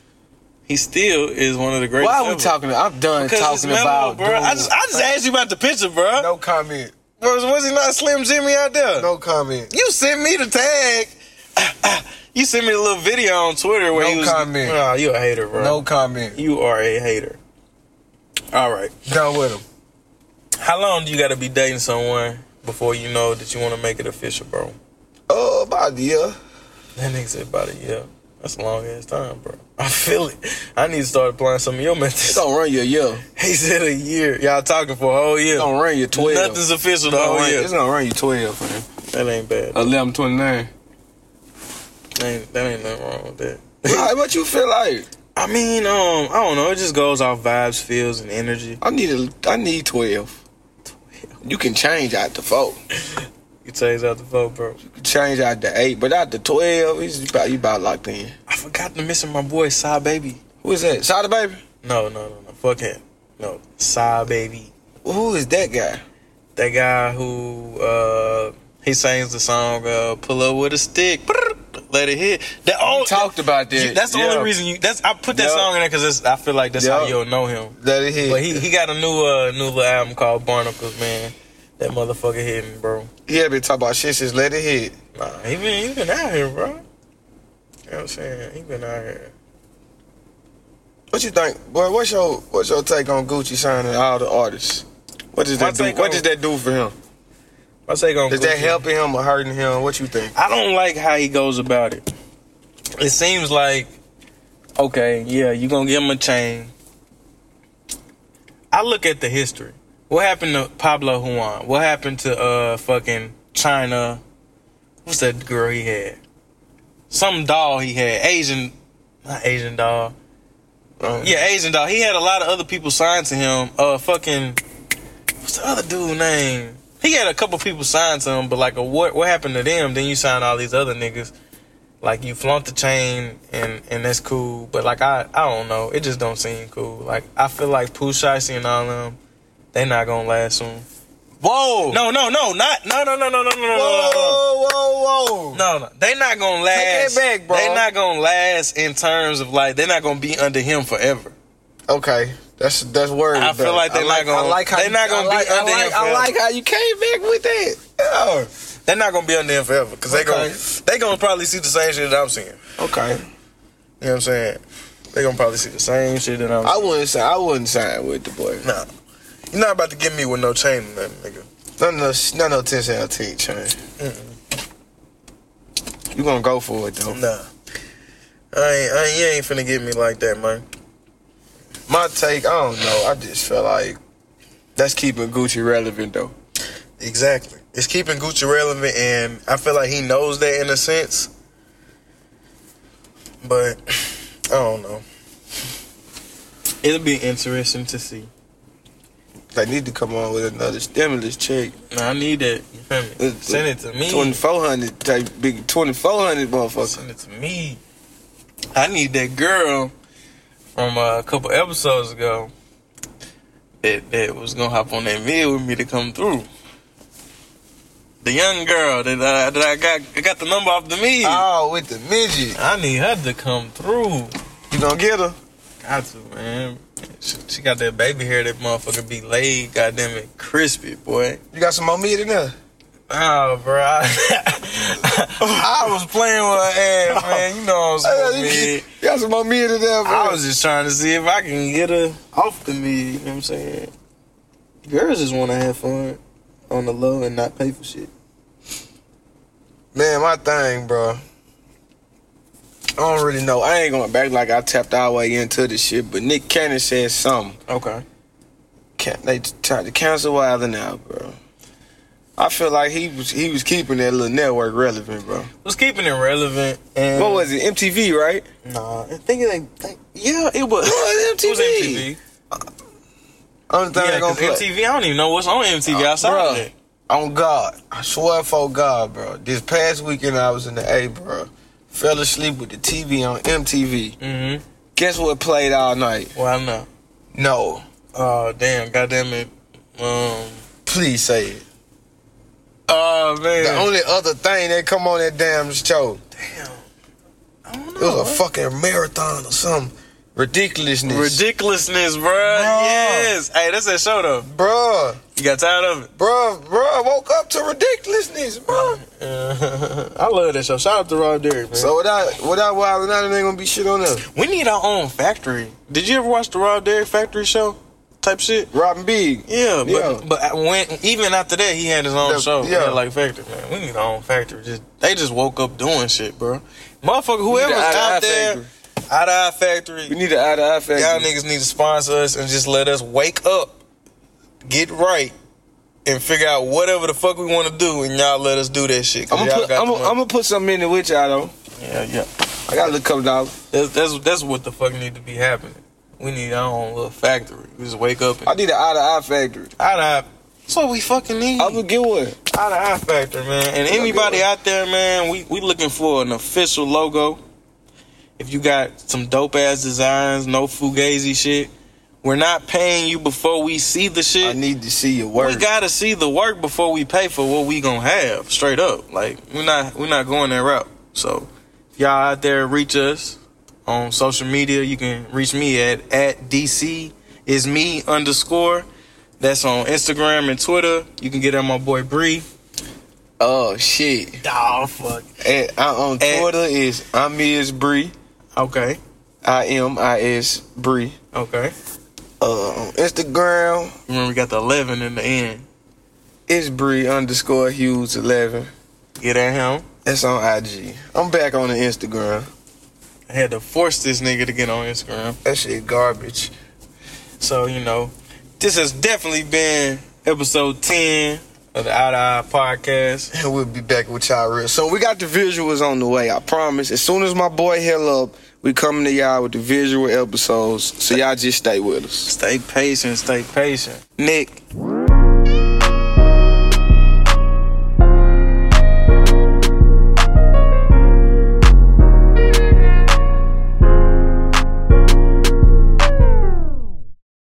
[SPEAKER 2] He still is one of the greatest.
[SPEAKER 1] Why are we
[SPEAKER 2] ever.
[SPEAKER 1] talking? I'm done
[SPEAKER 2] Because it's
[SPEAKER 1] talking
[SPEAKER 2] Melo,
[SPEAKER 1] about.
[SPEAKER 2] bro. I just, I just asked you about the picture, bro.
[SPEAKER 1] no comment.
[SPEAKER 2] Was, was he not Slim Jimmy out there?
[SPEAKER 1] No comment.
[SPEAKER 2] You sent me the tag. you sent me a little video on Twitter where
[SPEAKER 1] No
[SPEAKER 2] he was.
[SPEAKER 1] comment.
[SPEAKER 2] Nah, you a hater, bro.
[SPEAKER 1] No comment.
[SPEAKER 2] You are a hater. All right.
[SPEAKER 1] Done with him.
[SPEAKER 2] How long do you got to be dating someone before you know that you want to make it official, bro?
[SPEAKER 1] Oh, about yeah.
[SPEAKER 2] That nigga said about a year. That's a long ass time, bro. I feel it. I need to start applying some of your methods.
[SPEAKER 1] Don't run your yeah.
[SPEAKER 2] He said a year. Y'all talking for a whole year.
[SPEAKER 1] Don't run your twelve.
[SPEAKER 2] Nothing's official the
[SPEAKER 1] Don't
[SPEAKER 2] whole
[SPEAKER 1] run-
[SPEAKER 2] year.
[SPEAKER 1] It's gonna run you twelve, man.
[SPEAKER 2] That ain't bad.
[SPEAKER 1] Eleven twenty nine.
[SPEAKER 2] That ain't, that ain't nothing wrong with that.
[SPEAKER 1] what you feel like?
[SPEAKER 2] I mean, um, I don't know. It just goes off vibes, feels, and energy.
[SPEAKER 1] I need a, I need twelve. You can change out to four.
[SPEAKER 2] You change out the vote, bro.
[SPEAKER 1] You can change out to eight, but out to twelve, it's about you about locked in.
[SPEAKER 2] I forgot to mention my boy Psy Baby.
[SPEAKER 1] Who is that? Sada baby?
[SPEAKER 2] No, no, no, no. Fuck him. No, Psy Baby.
[SPEAKER 1] Who is that guy?
[SPEAKER 2] That guy who uh he sings the song uh, "Pull Up with a Stick." Let it hit. That all
[SPEAKER 1] talked about that.
[SPEAKER 2] you- that's the
[SPEAKER 1] Yeah.
[SPEAKER 2] only reason you. That's I put that
[SPEAKER 1] Yeah.
[SPEAKER 2] song in there because I feel like that's how
[SPEAKER 1] Yeah.
[SPEAKER 2] you'll know him.
[SPEAKER 1] That is
[SPEAKER 2] But he, he got a new uh new little album called Barnacles, man. That motherfucker hitting, bro.
[SPEAKER 1] He had been talking about shit since let it hit.
[SPEAKER 2] Nah, he been he been out here, bro. You know what I'm saying? He been out here.
[SPEAKER 1] What you think, boy? What's your what's your take on Gucci signing all the artists? What does
[SPEAKER 2] My
[SPEAKER 1] that do?
[SPEAKER 2] take
[SPEAKER 1] What
[SPEAKER 2] on-
[SPEAKER 1] does that do for him?
[SPEAKER 2] I say gonna
[SPEAKER 1] Is that helping him or hurting him? What you think?
[SPEAKER 2] I don't like how he goes about it. It seems like, okay, yeah, you gonna give him a chain. I look at the history. What happened to Pablo Juan? What happened to uh fucking China? What's that girl he had? Some doll he had. Asian, not Asian doll.
[SPEAKER 1] Um,
[SPEAKER 2] Yeah, Asian doll. He had a lot of other people signed to him. Uh, fucking, what's the other dude name? He had a couple people signed to him, but like, a, what what happened to them? Then you sign all these other niggas. Like you flaunt the chain and and that's cool, but like I I don't know, it just don't seem cool. Like I feel like Pooh Shicey and all them, they not gonna last soon.
[SPEAKER 1] Whoa!
[SPEAKER 2] No, no, no, not no no no no no no no no.
[SPEAKER 1] Whoa! Whoa! Whoa!
[SPEAKER 2] No, no, they not gonna last.
[SPEAKER 1] that back, bro.
[SPEAKER 2] They not gonna last in terms of like they're not gonna be under him forever.
[SPEAKER 1] Okay, that's that's worried.
[SPEAKER 2] I feel like they're not gonna- they're not gonna be
[SPEAKER 1] I
[SPEAKER 2] under him
[SPEAKER 1] like, I
[SPEAKER 2] forever.
[SPEAKER 1] like how you came back with that. Yeah.
[SPEAKER 2] They're not gonna be under him forever because they
[SPEAKER 1] Okay.
[SPEAKER 2] gonna they gonna probably see the same shit that I'm seeing. You
[SPEAKER 1] Okay.
[SPEAKER 2] know what I'm saying? They gonna probably see the same shit that I'm.
[SPEAKER 1] I wouldn't sign. I wouldn't sign with the boy.
[SPEAKER 2] nah, you're not about to get me with no chain, or nothing, nigga.
[SPEAKER 1] None of those, none of those ten out ten change. You gonna go for it though?
[SPEAKER 2] Nah, I ain't, I ain't, you ain't finna get me like that, man.
[SPEAKER 1] My take, I don't know. I just feel like that's keeping Gucci relevant though.
[SPEAKER 2] Exactly. It's keeping Gucci relevant, and I feel like he knows that in a sense. But I don't know. It'll be interesting to see.
[SPEAKER 1] They need to come on with another stimulus check.
[SPEAKER 2] I need that. You feel me?
[SPEAKER 1] It's-
[SPEAKER 2] Send it to me.
[SPEAKER 1] Twenty four hundred type big twenty four hundred motherfucker.
[SPEAKER 2] Send it to me. I need that girl from uh, a couple episodes ago that, that was gonna hop on that meal with me to come through. The young girl that I, that I got I got the number off the meal.
[SPEAKER 1] Oh, with the midget,
[SPEAKER 2] I need her to come through.
[SPEAKER 1] you gonna get her?
[SPEAKER 2] Got to man. She, she got that baby hair that motherfucker be laid. Goddamn it, crispy boy.
[SPEAKER 1] You got some more meat in there?
[SPEAKER 2] Oh, bro. I, I was playing with her ass, man. You know what I'm
[SPEAKER 1] Oh. you
[SPEAKER 2] saying.
[SPEAKER 1] get- you got some more meat in there, bro.
[SPEAKER 2] I was just trying to see if I can get her off the me. You know what I'm saying? Girls just want to have fun on the low and not pay for shit.
[SPEAKER 1] Man, my thing, bro. I don't really know. I ain't going back like I tapped our way into this shit, but Nick Cannon said something.
[SPEAKER 2] Okay.
[SPEAKER 1] Can- They tried to cancel Wilder now, bro. I feel like he was he was keeping that little network relevant, bro.
[SPEAKER 2] Was keeping it relevant and
[SPEAKER 1] What was it? MTV, right?
[SPEAKER 2] Nah, I think it ain't. Think, yeah, it was.
[SPEAKER 1] It was
[SPEAKER 2] It was MTV.
[SPEAKER 1] Only thing
[SPEAKER 2] Yeah,
[SPEAKER 1] they gonna
[SPEAKER 2] 'cause
[SPEAKER 1] play.
[SPEAKER 2] MTV. I don't even know what's on MTV
[SPEAKER 1] Uh,
[SPEAKER 2] outside
[SPEAKER 1] bruh.
[SPEAKER 2] of it.
[SPEAKER 1] On God, I swear for God, bro. This past weekend I was in the A, bro. Fell asleep with the TV on MTV.
[SPEAKER 2] Mm-hmm.
[SPEAKER 1] Guess what played all night?
[SPEAKER 2] Well, I know.
[SPEAKER 1] No,
[SPEAKER 2] Oh damn! Goddamn it. Um.
[SPEAKER 1] please say it.
[SPEAKER 2] Oh man.
[SPEAKER 1] The only other thing that come on that damn show,
[SPEAKER 2] damn. I don't know.
[SPEAKER 1] it was a fucking marathon or some ridiculousness,
[SPEAKER 2] Ridiculousness, bruh. Yes. Hey, that's that show though.
[SPEAKER 1] bro,
[SPEAKER 2] You got tired of it?
[SPEAKER 1] bro, bro. Woke up to ridiculousness, bro.
[SPEAKER 2] I love that show. Shout out to Rod Derrick, man.
[SPEAKER 1] So without without Wild and Out, it ain't gonna be shit on them.
[SPEAKER 2] we need our own factory. Did you ever watch the Rod Derrick Factory show? Type shit.
[SPEAKER 1] Robin Big,
[SPEAKER 2] Yeah, but
[SPEAKER 1] Yeah.
[SPEAKER 2] but I- when even after that, he had his own
[SPEAKER 1] The-
[SPEAKER 2] show.
[SPEAKER 1] yeah.
[SPEAKER 2] Yeah, like factory man. We need our own factory. Just they just woke up doing shit, bro. Motherfucker,
[SPEAKER 1] need
[SPEAKER 2] whoever's
[SPEAKER 1] an eye to eye
[SPEAKER 2] out there,
[SPEAKER 1] factory.
[SPEAKER 2] out of our factory,
[SPEAKER 1] we need an eye to eye factor.
[SPEAKER 2] y'all niggas need to sponsor us and just let us wake up, get right, and figure out whatever the fuck we want to do, and y'all let us do that shit. 'cause
[SPEAKER 1] I'm
[SPEAKER 2] y'all
[SPEAKER 1] gonna put,
[SPEAKER 2] got
[SPEAKER 1] I'm
[SPEAKER 2] the
[SPEAKER 1] gonna I'm
[SPEAKER 2] money.
[SPEAKER 1] gonna put something in it with y'all though.
[SPEAKER 2] yeah, yeah.
[SPEAKER 1] I got a little couple dollars.
[SPEAKER 2] That's, that's that's what the fuck need to be happening. We need our own little factory. We just wake up and
[SPEAKER 1] I need an eye to eye factory.
[SPEAKER 2] out of. That's what we fucking need.
[SPEAKER 1] I'm gonna get one.
[SPEAKER 2] out of our factor, man. And anybody out there, man, we, we looking for an official logo. If you got some dope ass designs, no fugazi shit, we're not paying you before we see the
[SPEAKER 1] I
[SPEAKER 2] shit.
[SPEAKER 1] need to see your
[SPEAKER 2] We
[SPEAKER 1] work.
[SPEAKER 2] gotta see the work before we pay for what we gonna have. Straight up, like we're not we're not going that route. So, if y'all out there, reach us on social media. You can reach me at at dc is me underscore. That's on Instagram and Twitter. You can get at my boy Bree.
[SPEAKER 1] oh shit!
[SPEAKER 2] Oh fuck.
[SPEAKER 1] And I, on
[SPEAKER 2] And-
[SPEAKER 1] Twitter is I'm is Bree.
[SPEAKER 2] Okay.
[SPEAKER 1] I M I S Bree.
[SPEAKER 2] Okay.
[SPEAKER 1] Uh, on Instagram
[SPEAKER 2] Remember we got the eleven in the end.
[SPEAKER 1] it's Bree underscore Hughes eleven.
[SPEAKER 2] Get at him.
[SPEAKER 1] That's on IG. I'm back on the Instagram.
[SPEAKER 2] I had to force this nigga to get on Instagram.
[SPEAKER 1] That shit garbage.
[SPEAKER 2] So, you know, this has definitely been episode ten of the Out of Eye Podcast.
[SPEAKER 1] And we'll be back with y'all real soon. We got the visuals on the way. I promise. As soon as my boy hell up, we coming to y'all with the visual episodes. So y'all just stay with us.
[SPEAKER 2] Stay patient, stay patient. Nick.